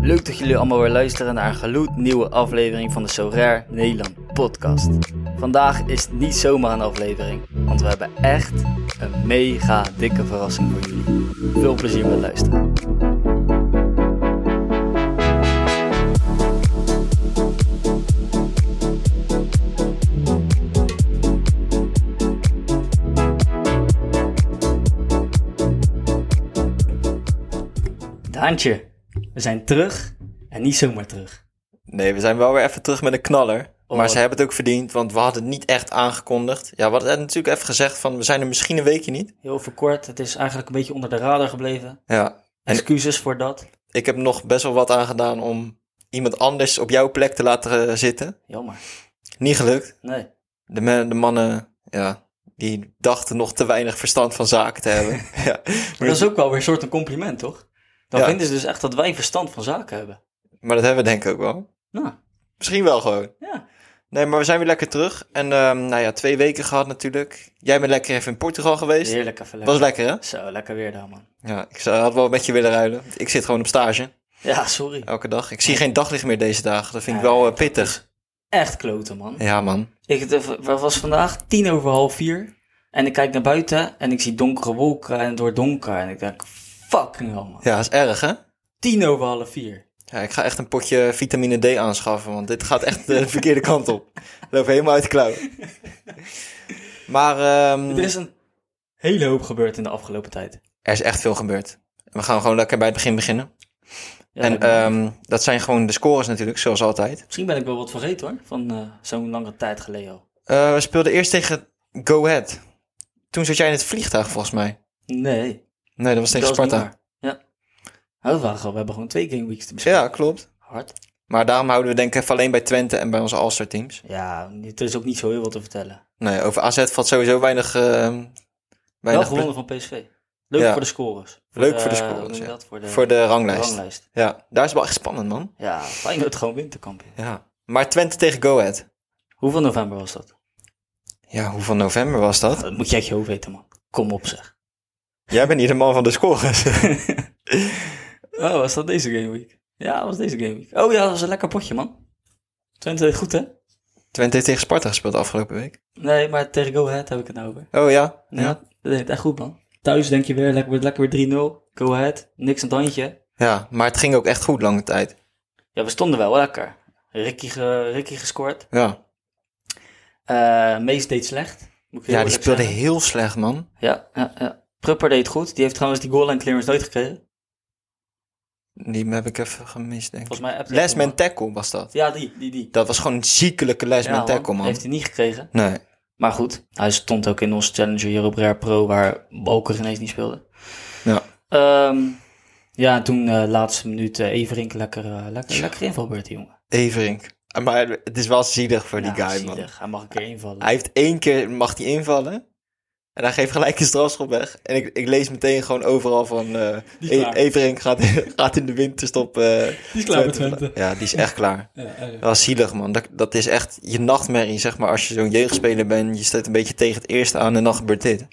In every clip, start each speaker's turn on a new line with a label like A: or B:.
A: Leuk dat jullie allemaal weer luisteren naar een gloednieuwe aflevering van de So Rare Nederland podcast. Vandaag is het niet zomaar een aflevering, want we hebben echt een mega dikke verrassing voor jullie. Veel plezier met luisteren. Daantje, we zijn terug en niet zomaar terug.
B: Nee, we zijn wel weer even terug met een knaller.
A: Oh,
B: maar
A: wat-
B: ze hebben het ook verdiend, want we hadden het niet echt aangekondigd. Ja, we hadden het natuurlijk even gezegd van, we zijn er misschien een weekje niet.
A: Heel verkort, het is eigenlijk een beetje onder de radar gebleven.
B: Ja. En-
A: Excuses voor dat.
B: Ik heb nog best wel wat aan gedaan om iemand anders op jouw plek te laten eh, zitten.
A: Jammer.
B: Niet gelukt.
A: Nee.
B: De, men- de mannen, ja, die dachten nog te weinig verstand van zaken te hebben. ja.
A: Maar dat is ook wel weer een soort een compliment, toch? Dan
B: Ja.
A: vinden ze dus echt dat wij verstand van zaken hebben.
B: Maar dat hebben we denk ik ook wel.
A: Nou,
B: Misschien wel gewoon.
A: ja.
B: Nee, maar we zijn weer lekker terug. En ehm, nou ja, twee weken gehad natuurlijk. Jij bent lekker even in Portugal geweest.
A: Heerlijk even lekker.
B: Was lekker hè?
A: Zo, lekker weer daar, man.
B: Ja, ik zou- had wel met je willen ruilen. Ik zit gewoon op stage.
A: Ja, sorry.
B: Elke dag. Ik zie geen daglicht meer deze dagen. Dat vind ik
A: Ja,
B: wel eh,
A: dat
B: pittig.
A: is Echt kloten, man.
B: Ja, man.
A: Ik het, eh, het was vandaag tien over half vier. En ik kijk naar buiten en ik zie donkere wolken en het wordt donker. En ik denk, fucking hell, man.
B: Ja, dat is erg, hè?
A: Tien over half vier.
B: Ja, ik ga echt een potje vitamine D aanschaffen, want dit gaat echt eh, de verkeerde kant op. Ik Loop helemaal uit de klauw. Maar ehm,
A: Er is een hele hoop gebeurd in de afgelopen tijd.
B: er is echt veel gebeurd. En We gaan gewoon lekker bij het begin beginnen.
A: Ja,
B: en
A: ik ben-
B: ehm, dat zijn gewoon de scores natuurlijk, zoals altijd.
A: misschien ben ik wel wat vergeten, hoor. Van eh, zo'n lange tijd geleden al.
B: Eh, we speelden eerst tegen Go Ahead. Toen zat jij in het vliegtuig, volgens mij.
A: Nee.
B: Nee, dat was tegen
A: dat is niet
B: Sparta.
A: waar. Ja. Nou, dat waren gewoon- we hebben gewoon twee game weeks te bespreken.
B: Ja, klopt.
A: Hard.
B: Maar daarom houden we denk ik even alleen bij Twente en bij onze All-Star teams.
A: Ja, er is ook niet zo heel veel te vertellen.
B: Nee, over AZ valt sowieso weinig... ehm
A: Wel
B: weinig
A: gewonnen van PSV. Leuk
B: Ja.
A: voor de scorers.
B: Leuk voor de
A: eh, hoe
B: scorers,
A: noem je
B: ja.
A: dat? Voor de,
B: be- voor de ranglijst.
A: ranglijst.
B: Ja, daar is wel echt spannend, man.
A: Ja, Feyenoord gewoon winterkampioen.
B: Ja. Maar Twente tegen Go Ahead.
A: Hoeveel november was dat?
B: Ja, hoeveel november was dat?
A: Dat moet je uit je hoofd weten, man. Kom op, zeg.
B: Jij bent niet de man van de scores.
A: Oh, was dat deze gameweek? Ja, was deze gameweek. Oh ja, dat was een lekker potje, man. Twente deed goed, hè?
B: Twente heeft tegen Sparta gespeeld afgelopen week.
A: Nee, maar tegen Go Ahead heb ik het nou over.
B: Oh ja?
A: Ja, dat deed het echt goed, man. Thuis denk je weer, lekker, wordt lekker weer 3-0. Go Ahead, niks aan het handje.
B: Ja, maar het ging ook echt goed lange tijd.
A: Ja, we stonden wel lekker. Ricky, ge, Ricky gescoord.
B: Ja,
A: Eh Mees deed slecht. Moet ik heel
B: ja die
A: eerlijk
B: speelde
A: zeggen.
B: heel slecht, man.
A: Ja, ja, ja. Prupper deed het goed. Die heeft trouwens die goal en clearance nooit gekregen.
B: Die heb ik even gemist, denk ik.
A: Volgens mij appte
B: Les
A: hij hem
B: man tackle was
A: al.
B: dat.
A: Ja, die, die, die.
B: Dat was gewoon een ziekelijke les
A: Ja,
B: man tackle, man.
A: Heeft hij niet gekregen.
B: Nee.
A: Maar goed, hij stond ook in onze challenger hier op Rare Pro, waar Balker ineens niet speelde.
B: Ja.
A: Ehm, ja, en toen eh laatste minuut eh, Everink lekker, eh, lekker,
B: Tja.
A: lekker invalbeurt, die jongen.
B: Everink. Maar het is wel zielig voor die
A: Ja,
B: guy, man.
A: zielig. Hij mag een keer invallen.
B: Hij heeft één keer, mag hij invallen. En hij geeft gelijk een strafschop weg. En ik, ik lees meteen gewoon overal van... eh
A: Die is klaar.
B: E- Everink gaat, gaat in de winterstop. eh
A: Die is
B: Ja, die is echt klaar. Dat was zielig, man. Dat, dat is echt je nachtmerrie, zeg maar. Als je zo'n jeugdspeler bent, je staat een beetje tegen het eerste aan en dan gebeurt dit.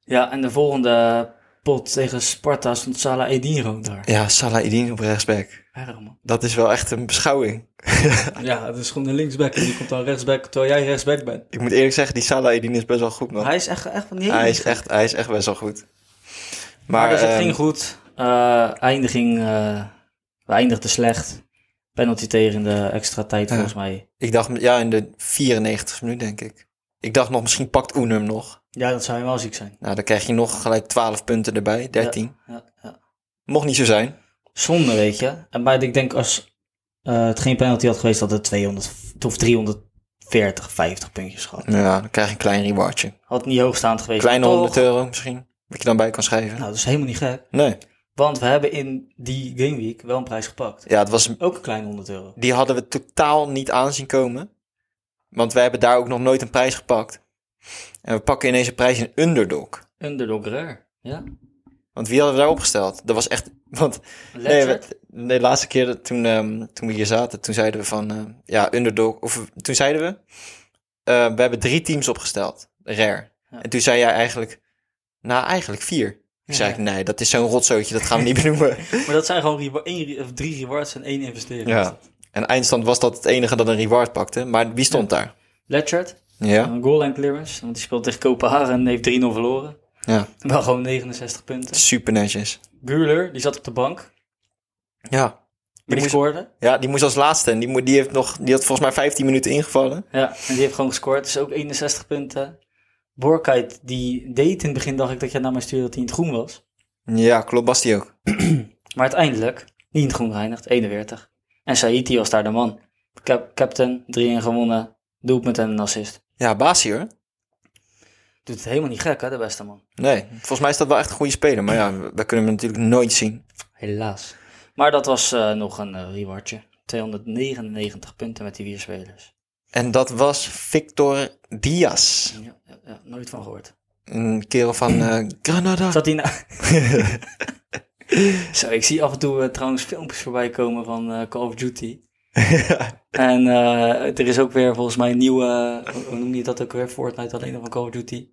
A: Ja, en de volgende pot tegen Sparta stond Salah Edin gewoon daar.
B: Ja, Salah Edin op rechtsback.
A: Erg, man.
B: Dat is wel echt een beschouwing.
A: Ja, het is gewoon een linksback en die komt dan rechtsback, terwijl jij rechtsback bent.
B: Ik moet eerlijk zeggen, die Salah Edin is best wel goed, man.
A: Hij is echt, echt van die
B: Hij is echt, hij is echt best wel goed. Maar,
A: Maar dus het
B: ehm,
A: ging goed. Eh, eindiging, eh, we eindigden slecht. Penalty tegen in de extra tijd
B: Ja.
A: volgens mij.
B: ik dacht, ja, in de 94 minuut, denk ik. Ik dacht nog, misschien pakt Oenum nog.
A: Ja, dat zou je wel ziek zijn.
B: Nou, dan krijg je nog gelijk 12 punten erbij, 13.
A: Ja, ja.
B: Mocht niet zo zijn.
A: Zonde, weet je. En maar ik denk als eh, het geen penalty had geweest, had het 200 of 340, 50 puntjes gehad.
B: Nou Ja, dan krijg je een klein rewardje.
A: Had niet hoogstaand geweest.
B: Kleine
A: toch?
B: 100 euro misschien. Wat je dan bij kan schrijven.
A: Nou, dat is helemaal niet gek.
B: Nee.
A: Want we hebben in die gameweek wel een prijs gepakt.
B: Ja, het was,
A: Ook een kleine 100 euro.
B: die hadden we totaal niet aanzien komen. Want wij hebben daar ook nog nooit een prijs gepakt. En we pakken ineens een prijs in underdog.
A: Underdog rare. Ja.
B: Want wie hadden we daar opgesteld? Dat was echt. Want nee,
A: Lekker.
B: we- nee, de laatste keer dat, toen, ehm, toen we hier zaten, toen zeiden we van ehm, ja, underdog. Of toen zeiden we. eh, we hebben drie teams opgesteld. Rare.
A: Ja.
B: En toen zei jij eigenlijk. Nou, eigenlijk vier. Ik zei, nee, dat is zo'n rotzootje, dat gaan we niet benoemen.
A: Maar dat zijn gewoon re- één re- of drie rewards en één investering. is
B: ja.
A: dat.
B: En eindstand was dat het enige dat een reward pakte. Maar wie stond daar?
A: Letchert,
B: Ja.
A: een goal line clearance, want die speelt tegen Kopenhagen en heeft 3-0 verloren.
B: Ja.
A: Wel gewoon 69 punten.
B: Super netjes.
A: Buurler, die zat op de bank,
B: Ja.
A: die,
B: Die moest,
A: scoorde.
B: ja, die moest als laatste. En die, mo- die, heeft nog, die had volgens mij 15 minuten ingevallen.
A: Ja, en die heeft gewoon gescoord, dus ook 61 punten. Borkait, die deed in het begin, dacht ik dat jij naar mij stuurde dat hij in het groen was.
B: Ja, klopt. Was die ook.
A: Maar uiteindelijk, niet in het groen geëindigd, 41. En Saïti was daar de man. Cap- captain, 3-1 gewonnen, doelpunt en een assist.
B: Ja, Basie hoor.
A: Doet het helemaal niet gek, hè, de beste man.
B: Nee, volgens mij is dat wel echt een goede speler. Maar ja, we we kunnen hem natuurlijk nooit zien.
A: Helaas. Maar dat was eh, nog een eh, rewardje. 299 punten met die vier spelers.
B: En dat was Victor Diaz.
A: Ja, ja, ja, nooit van gehoord.
B: Een kerel van eh, Granada.
A: Zat hij na... Zo, ik zie af en toe eh, trouwens filmpjes voorbij komen van eh, Call of Duty. En eh, er is ook weer volgens mij een nieuwe, eh, hoe noem je dat ook weer, Fortnite alleen nog van Call of Duty.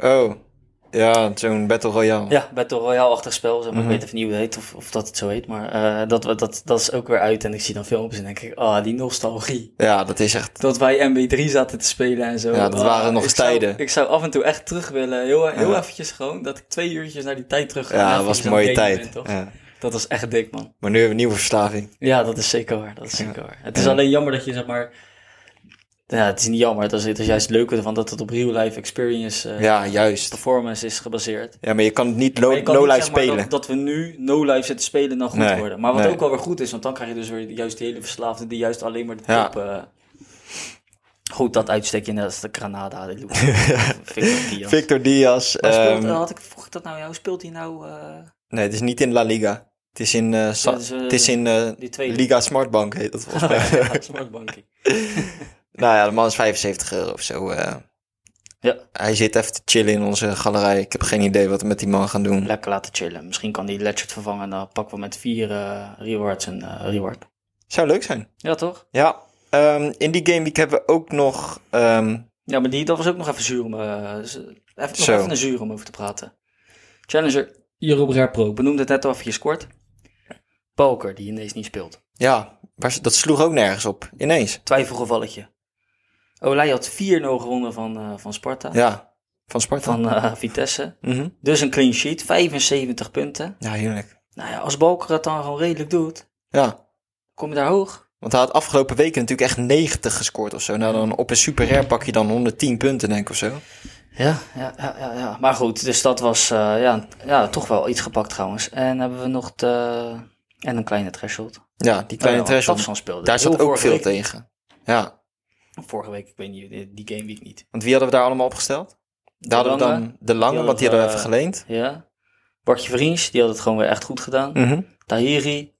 B: Oh, ja, zo'n Battle Royale.
A: Ja, Battle Royale-achtig spel. Zeg maar.
B: Mhm.
A: Ik weet even niet hoe het heet of, of dat het zo heet. Maar eh, dat, dat, dat is ook weer uit. En ik zie dan filmpjes en denk ik, ah, die nostalgie.
B: Ja, dat is echt.
A: Dat wij MB3 zaten te spelen en zo.
B: Ja, dat
A: Ah,
B: waren nog
A: ik
B: eens
A: zou-
B: tijden.
A: ik zou af en toe echt terug willen. Heel, heel
B: Ja.
A: eventjes gewoon. Dat ik twee uurtjes naar die tijd terug ga. en
B: Ja, dat
A: eventjes
B: was een
A: aan het
B: mooie
A: gamen
B: tijd.
A: ben, toch?
B: Ja.
A: Dat was echt dik, man.
B: Maar nu hebben we een nieuwe verslaving.
A: Ja, dat is zeker waar. Dat is zeker waar. Het is
B: Ja.
A: alleen jammer dat je, zeg maar... Ja, het is niet jammer. Het is, het is juist het leuke ervan dat het op real-life experience eh,
B: Ja, juist.
A: performance is gebaseerd.
B: Ja, maar je kan het niet
A: Maar
B: low
A: je kan
B: low
A: niet,
B: life
A: zeg maar,
B: spelen.
A: Dat, dat we nu no-life zitten spelen en dan goed
B: Nee,
A: worden. Maar wat
B: nee.
A: ook wel weer goed is, want dan krijg je dus weer juist die hele verslaafde die juist alleen maar de
B: Ja.
A: top... eh, Goed, dat uitstekje net als de Granada. die Lucas. Victor Diaz.
B: Victor Diaz.
A: Maar speelt,
B: ehm,
A: eh, had ik, vroeg ik dat nou jou? Speelt hij nou eh,
B: nee, het is niet in La Liga. Het is in, eh, Sa-
A: Ja, dus, eh,
B: het is in eh,
A: die tweede?
B: Liga Smartbank heet dat volgens mij.
A: ja, smartbanking.
B: nou ja, de man is 75 euro of zo. eh.
A: Ja.
B: Hij zit even te chillen in onze galerij. Ik heb geen idee wat we met die man gaan doen.
A: Lekker laten chillen. Misschien kan die Ledger vervangen en dan pakken we met vier eh, rewards een eh, reward.
B: Zou leuk zijn.
A: Ja, toch?
B: Ja, ehm, in die game week hebben we ook nog... ehm,
A: Ja, maar die, dat was ook nog even zuur om, eh, z- even, nog
B: Zo.
A: even een zuur om over te praten. Challenger, Jeroen Repro, benoemde het net al even kort. Balker, die ineens niet speelt.
B: ja, waar- dat sloeg ook nergens op. Ineens.
A: Twijfelgevalletje. Olij had 4-0 gewonnen van, eh, van Sparta,
B: Ja, van Sparta.
A: van eh, Vitesse.
B: Mhm.
A: Dus een clean sheet, 75 punten.
B: Ja, heerlijk.
A: Nou ja, als Balker dat dan gewoon redelijk doet,
B: Ja,
A: kom je daar hoog.
B: Want hij had afgelopen weken natuurlijk echt 90 gescoord of zo. Nou, dan op een super rare pak je dan 110 punten, denk ik of zo.
A: Ja, ja, ja, ja, ja. Maar goed, dus dat was eh, ja, ja, toch wel iets gepakt trouwens. En hebben we nog de... En een kleine threshold.
B: Ja, die kleine
A: Oh ja,
B: threshold.
A: Tafsan speelde.
B: Daar
A: Heel
B: zat ook
A: vorige
B: veel
A: week.
B: tegen. Ja,
A: Vorige week, ik weet niet, die- die game week niet.
B: want wie hadden we daar allemaal opgesteld? Daar hadden we
A: Lange.
B: dan de lange,
A: Die
B: want die
A: hadden
B: hadden
A: we,
B: we eh, even geleend.
A: Ja. Bartje Vriends, die had het gewoon weer echt goed gedaan.
B: Mhm.
A: Tahiri,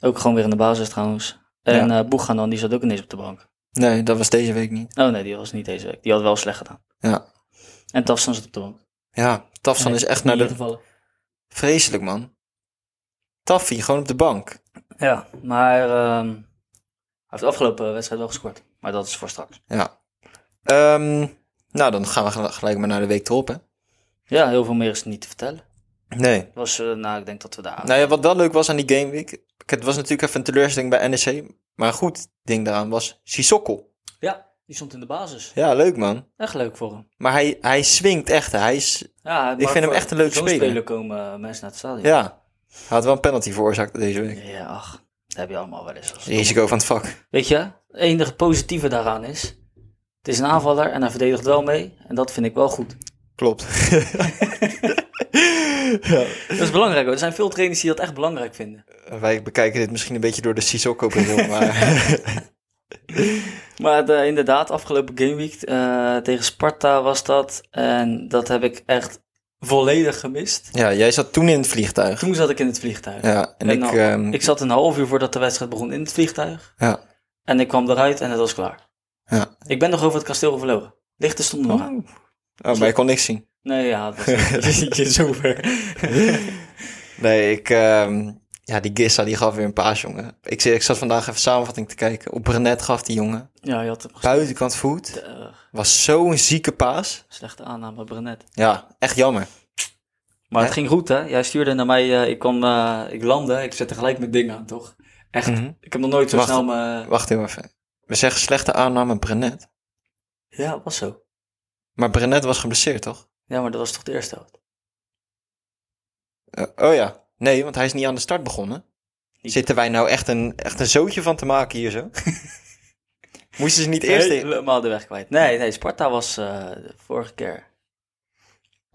A: ook gewoon weer in de basis trouwens. En eh Boeganan, die zat ook ineens op de bank.
B: Nee, dat was deze week niet.
A: Oh nee, die was niet deze week. Die had wel slecht gedaan.
B: Ja,
A: En Tafsan zat op de bank.
B: ja Tafsan is echt naar de...
A: gevallen.
B: Vreselijk, man. Taffy, gewoon op de bank.
A: Ja, maar ehm, hij heeft de afgelopen wedstrijd wel gescoord. Maar dat is voor straks.
B: Ja. Ehm, nou, dan gaan we gel- gelijk maar naar de week erop, hè?
A: Ja, heel veel meer is niet te vertellen.
B: Nee.
A: Was, eh, nou, ik denk dat we daar...
B: Nou ja, wat wel leuk was aan die gameweek. kijk, Het was natuurlijk even een teleurstelling bij NEC. Maar een goed ding daaraan was Sissoko.
A: Ja, die stond in de basis.
B: Ja, leuk man.
A: Echt leuk voor hem.
B: Maar hij, hij swingt echt. hè. Hij is,
A: Ja, maar
B: vind hem
A: voor
B: echt een leuke
A: zo'n
B: speler.
A: komen eh, mensen naar het stadion.
B: ja, hij had wel een penalty veroorzaakt deze week.
A: Ja, ach, dat heb je allemaal wel eens.
B: Risico van het vak.
A: Weet je, het enige positieve daaraan is, het is een aanvaller en hij verdedigt wel mee. En dat vind ik wel goed.
B: Klopt. ja,
A: Dat is belangrijk hoor. Er zijn veel trainers die dat echt belangrijk vinden.
B: wij bekijken dit misschien een beetje door de Sissoko-bril, maar
A: Maar eh, inderdaad, afgelopen gameweek eh, tegen Sparta was dat. En dat heb ik echt volledig gemist.
B: ja, jij zat toen in het vliegtuig.
A: Toen zat ik in het vliegtuig.
B: Ja,
A: En
B: en, ik,
A: nou,
B: ehm,
A: Ik zat een half uur voordat de wedstrijd begon in het vliegtuig.
B: ja,
A: En ik kwam eruit en het was klaar.
B: ja.
A: Ik ben nog over het kasteel gevlogen. Lichten stonden nog aan.
B: Oh, maar ik kon niks zien.
A: Nee, ja, het was je zover.
B: Nee, ik, ehm, ja, die Gissa die gaf weer een paas, jongen. Ik, zit- ik zat vandaag even samenvatting te kijken. Op Brenet gaf die jongen.
A: ja, je had hem gespeeld.
B: Buitenkant voet.
A: Eh,
B: Was zo'n zieke paas.
A: slechte aanname, Brenet.
B: Ja, echt jammer.
A: Maar het ging goed, hè? Jij stuurde naar mij, eh, ik, kwam, eh, ik landde, ik zette gelijk mijn ding aan, toch? Echt,
B: Mhm.
A: ik heb nog nooit zo
B: Wacht.
A: snel mijn...
B: Wacht heel even. We zeggen slechte aanname Brenet.
A: Ja, was zo.
B: Maar Brenet was geblesseerd, toch?
A: Ja, maar dat was toch de eerste helft?
B: Eh, oh ja. Nee, want hij is niet aan de start begonnen.
A: Niet.
B: Zitten wij nou echt een, echt een zootje van te maken hier zo? Moesten ze niet eerst... in-
A: helemaal de weg kwijt. Nee, nee, Sparta was eh, de vorige keer.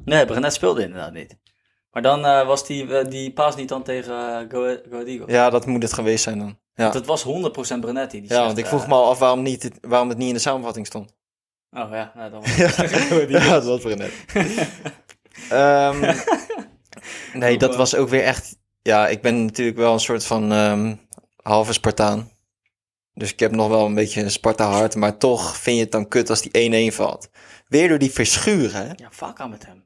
A: Nee, Brenet speelde inderdaad niet. Maar dan eh, was die, eh, die paas niet dan tegen eh, Go, Go Ahead Eagles.
B: Ja, dat moet het geweest zijn dan. Ja,
A: Dat was 100% Brenet die. die
B: ja
A: zegt,
B: want ik
A: eh,
B: vroeg me al af waarom, niet, het- waarom het niet in de samenvatting stond.
A: Oh ja, nou, dan
B: ja, dat was Brenet. Ehm, nee, dat was ook weer echt... Ja, ik ben natuurlijk wel een soort van ehm, halve Spartaan. Dus ik heb nog wel een beetje een Sparta-hart. Maar toch vind je het dan kut als die 1-1 valt. Weer door die verschuren, hè?
A: Ja, vaak aan met hem.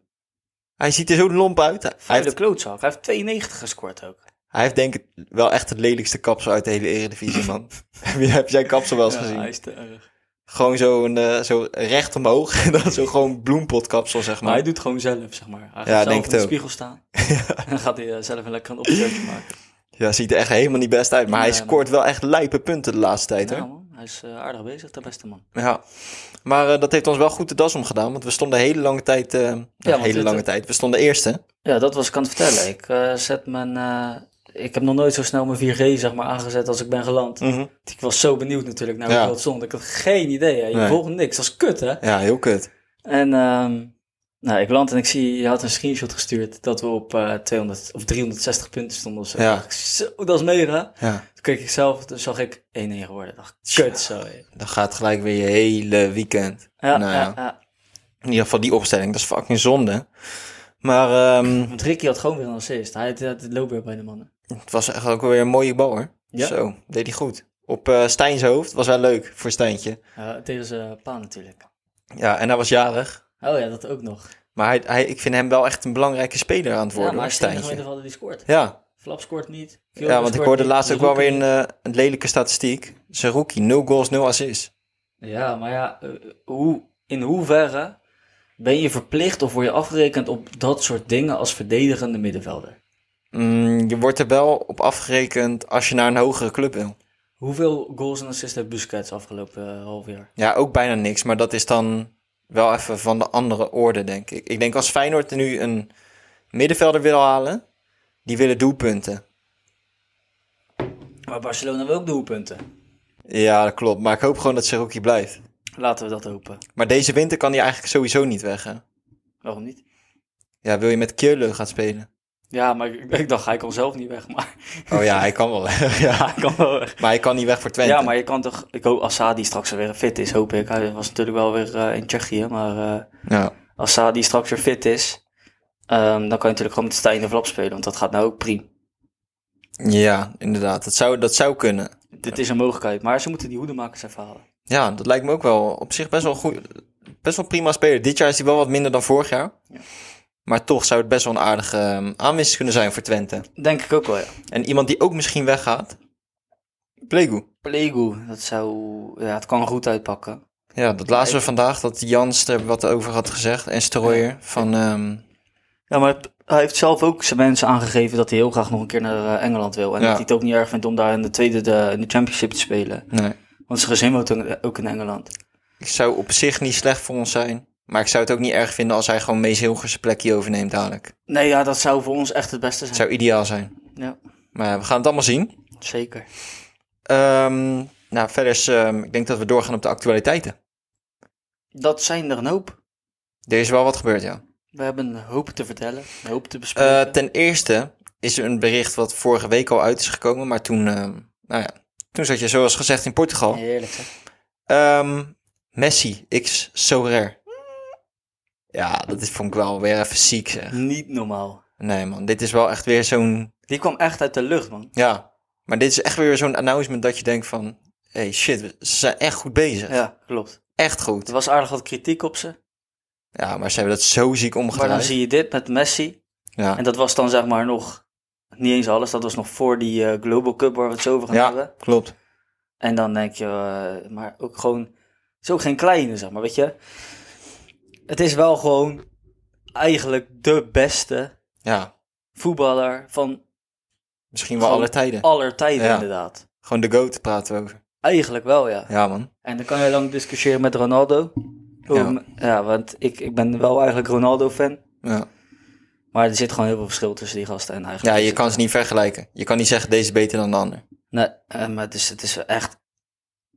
B: Hij ziet er zo lomp uit. Hij
A: Hij de
B: heeft,
A: klootzak. Hij heeft 92 gescoord ook.
B: hij heeft denk ik wel echt het lelijkste kapsel uit de hele eredivisie, man. Heb je- Heb jij kapsel wel eens
A: Ja,
B: gezien?
A: hij is te erg.
B: Gewoon zo, een, eh, zo recht omhoog. en dan zo gewoon bloempotkapsel, zeg
A: Maar
B: maar.
A: hij doet gewoon zelf, zeg maar. Hij gaat
B: Ja,
A: zelf
B: denk
A: in
B: het
A: de
B: ook.
A: spiegel staan. En dan gaat hij eh, zelf een lekker een opzetje maken.
B: Ja, ziet er echt helemaal niet best uit. Maar hij
A: Nee, man.
B: scoort wel echt lijpe punten de laatste tijd,
A: Ja,
B: hoor.
A: man. Hij is eh, aardig bezig, de beste man.
B: Ja. Maar eh, dat heeft ons wel goed de das omgedaan. Want we stonden hele lange tijd... eh ja,
A: want
B: hele
A: dit-
B: lange tijd. We stonden eerste.
A: Ja, dat was ik aan het vertellen. Ik eh, zet mijn. eh, ik heb nog nooit zo snel mijn 4G zeg maar, aangezet als ik ben geland. Ik was zo benieuwd natuurlijk naar hoe
B: Mm. Ja.
A: dat stond. Ik had geen idee. Hè. Je
B: Nee.
A: volgt niks. Dat is kut, hè?
B: Ja, heel kut.
A: En ehm, nou, ik land en ik zie, je had een screenshot gestuurd dat we op eh 200 of 360 punten stonden of zo.
B: Ja.
A: Dacht ik, Zo, dat is mega.
B: Ja.
A: Toen keek ik zelf, toen zag ik 1-1 geworden. Dacht, ik, kut zo. hè.
B: Dan gaat gelijk weer je hele weekend.
A: Ja,
B: Nou
A: ja,
B: ja.
A: ja.
B: In ieder geval die opstelling. Dat is fucking zonde. Maar... ehm,
A: Want Ricky had gewoon weer een assist. Hij had het loopbeurt bij de mannen.
B: Het was echt ook weer een mooie bal hoor.
A: Ja.
B: Zo, deed hij goed. Op eh Stijn's hoofd was wel leuk voor Stijntje.
A: Eh, tegen zijn pa natuurlijk.
B: Ja, en hij was jarig.
A: Oh ja, dat ook nog.
B: Maar hij, hij, ik vind hem wel echt een belangrijke speler aan het
A: Ja,
B: worden,
A: maar
B: hoor,
A: hij is de
B: Stijntje.
A: enige die scoort.
B: Ja.
A: Flap scoort niet. Fielder
B: ja, want ik
A: scoort
B: hoorde
A: niet,
B: laatst ook wel
A: Zerouki
B: weer een, eh, een lelijke statistiek. Zijn rookie, 0 goals, 0 assists.
A: niet. Ja, maar ja, eh, hoe, in hoeverre ben je verplicht of word je afgerekend op dat soort dingen als verdedigende middenvelder?
B: Mm, je wordt er wel op afgerekend als je naar een hogere club wil.
A: Hoeveel goals en assists heeft Busquets afgelopen eh, half jaar?
B: Ja, ook bijna niks, maar dat is dan wel even van de andere orde, denk ik. Ik denk als Feyenoord nu een middenvelder wil halen, die willen doelpunten.
A: Maar Barcelona wil ook doelpunten.
B: Ja, dat klopt. Maar ik hoop gewoon dat Seruki blijft.
A: Laten we dat hopen.
B: Maar deze winter kan hij eigenlijk sowieso niet weg, hè?
A: Waarom niet?
B: Ja, wil je met Keulen gaan spelen?
A: Ja, maar ik, ik dacht, hij kan zelf niet weg, maar
B: Oh ja, hij kan wel. weg, ja.
A: hij kan wel weg.
B: Maar hij kan niet weg voor Twente.
A: Ja, maar je kan toch... Ik hoop, als Saadi straks weer fit is, hoop ik. Hij was natuurlijk wel weer eh, in Tsjechië, maar... eh,
B: Ja.
A: als Saadi straks weer fit is, ehm, dan kan je natuurlijk gewoon met Stijn de Vlap spelen, want dat gaat nou ook prima.
B: Ja, inderdaad. Dat zou, dat zou kunnen.
A: Dit is een mogelijkheid, maar ze moeten die hoedemakers even halen.
B: Ja, dat lijkt me ook wel op zich best wel goed. Best wel prima speler. Dit jaar is hij wel wat minder dan vorig jaar. Maar toch zou het best wel een aardige ehm, aanwinst kunnen zijn voor Twente.
A: Denk ik ook wel, ja.
B: En iemand die ook misschien weggaat. Plegu.
A: Plegu, dat zou... Ja, het kan goed uitpakken.
B: Ja, dat laatste we vandaag. Dat Jans er wat over had gezegd. En Strooier van... ehm,
A: Ja, maar het- hij heeft zelf ook zijn mensen aangegeven dat hij heel graag nog een keer naar eh, Engeland wil. En
B: Ja.
A: dat hij het ook niet erg vindt om daar in de tweede de, in de championship te spelen.
B: nee.
A: Want zijn gezin woont ook- ook in Engeland.
B: Ik zou op zich niet slecht voor ons zijn. Maar ik zou het ook niet erg vinden als hij gewoon Mees Hilgers plekje overneemt dadelijk.
A: Nee, ja, dat zou voor ons echt het beste
B: Het
A: zijn.
B: zou ideaal zijn.
A: Ja,
B: Maar ja, we gaan het allemaal zien.
A: zeker.
B: Ehm, nou, verder is, ehm, ik denk dat we doorgaan op de actualiteiten.
A: Dat zijn er een hoop.
B: Er is wel wat gebeurd, ja.
A: We hebben een hoop te vertellen, een hoop te
B: Eh,
A: bespreken.
B: ten eerste is er een bericht wat vorige week al uit is gekomen. Maar toen, ehm, nou ja, toen zat je zoals gezegd in Portugal.
A: Heerlijk, hè?
B: Ehm, Messi x Sorer. Ja, dat is, vond ik wel weer even ziek, zeg.
A: Niet normaal.
B: Nee man, dit is wel echt weer zo'n
A: Die kwam echt uit de lucht, man.
B: Ja, maar dit is echt weer zo'n announcement dat je denkt van... hey, shit, we- ze zijn echt goed bezig.
A: Ja, klopt.
B: Echt
A: Er
B: goed.
A: was aardig wat kritiek op ze.
B: Ja, maar ze hebben dat zo ziek
A: Maar dan
B: omgedraaid.
A: zie je dit met Messi.
B: Ja,
A: En dat was dan zeg maar nog niet eens alles. Dat was nog voor die eh, Global Cup waar we het zo over gaan
B: ja
A: hebben.
B: klopt.
A: En dan denk je, eh, maar ook gewoon... Het is ook geen kleine, zeg maar, weet je. Het is wel gewoon eigenlijk de beste
B: Ja,
A: Voetballer van
B: misschien wel
A: Gewoon
B: alle tijden.
A: aller tijden
B: Ja.
A: inderdaad.
B: Gewoon de goat praten we over.
A: Eigenlijk wel, ja.
B: Ja, man.
A: En dan kan je lang discussiëren met Ronaldo.
B: Ja.
A: Om- ja, want ik, ik ben wel eigenlijk Ronaldo-fan.
B: Ja,
A: Maar er zit gewoon heel veel verschil tussen die gasten en eigenlijk.
B: ja je kan ze niet vergelijken. Je kan niet zeggen deze is beter dan de ander.
A: Nee, eh, maar het is, het is echt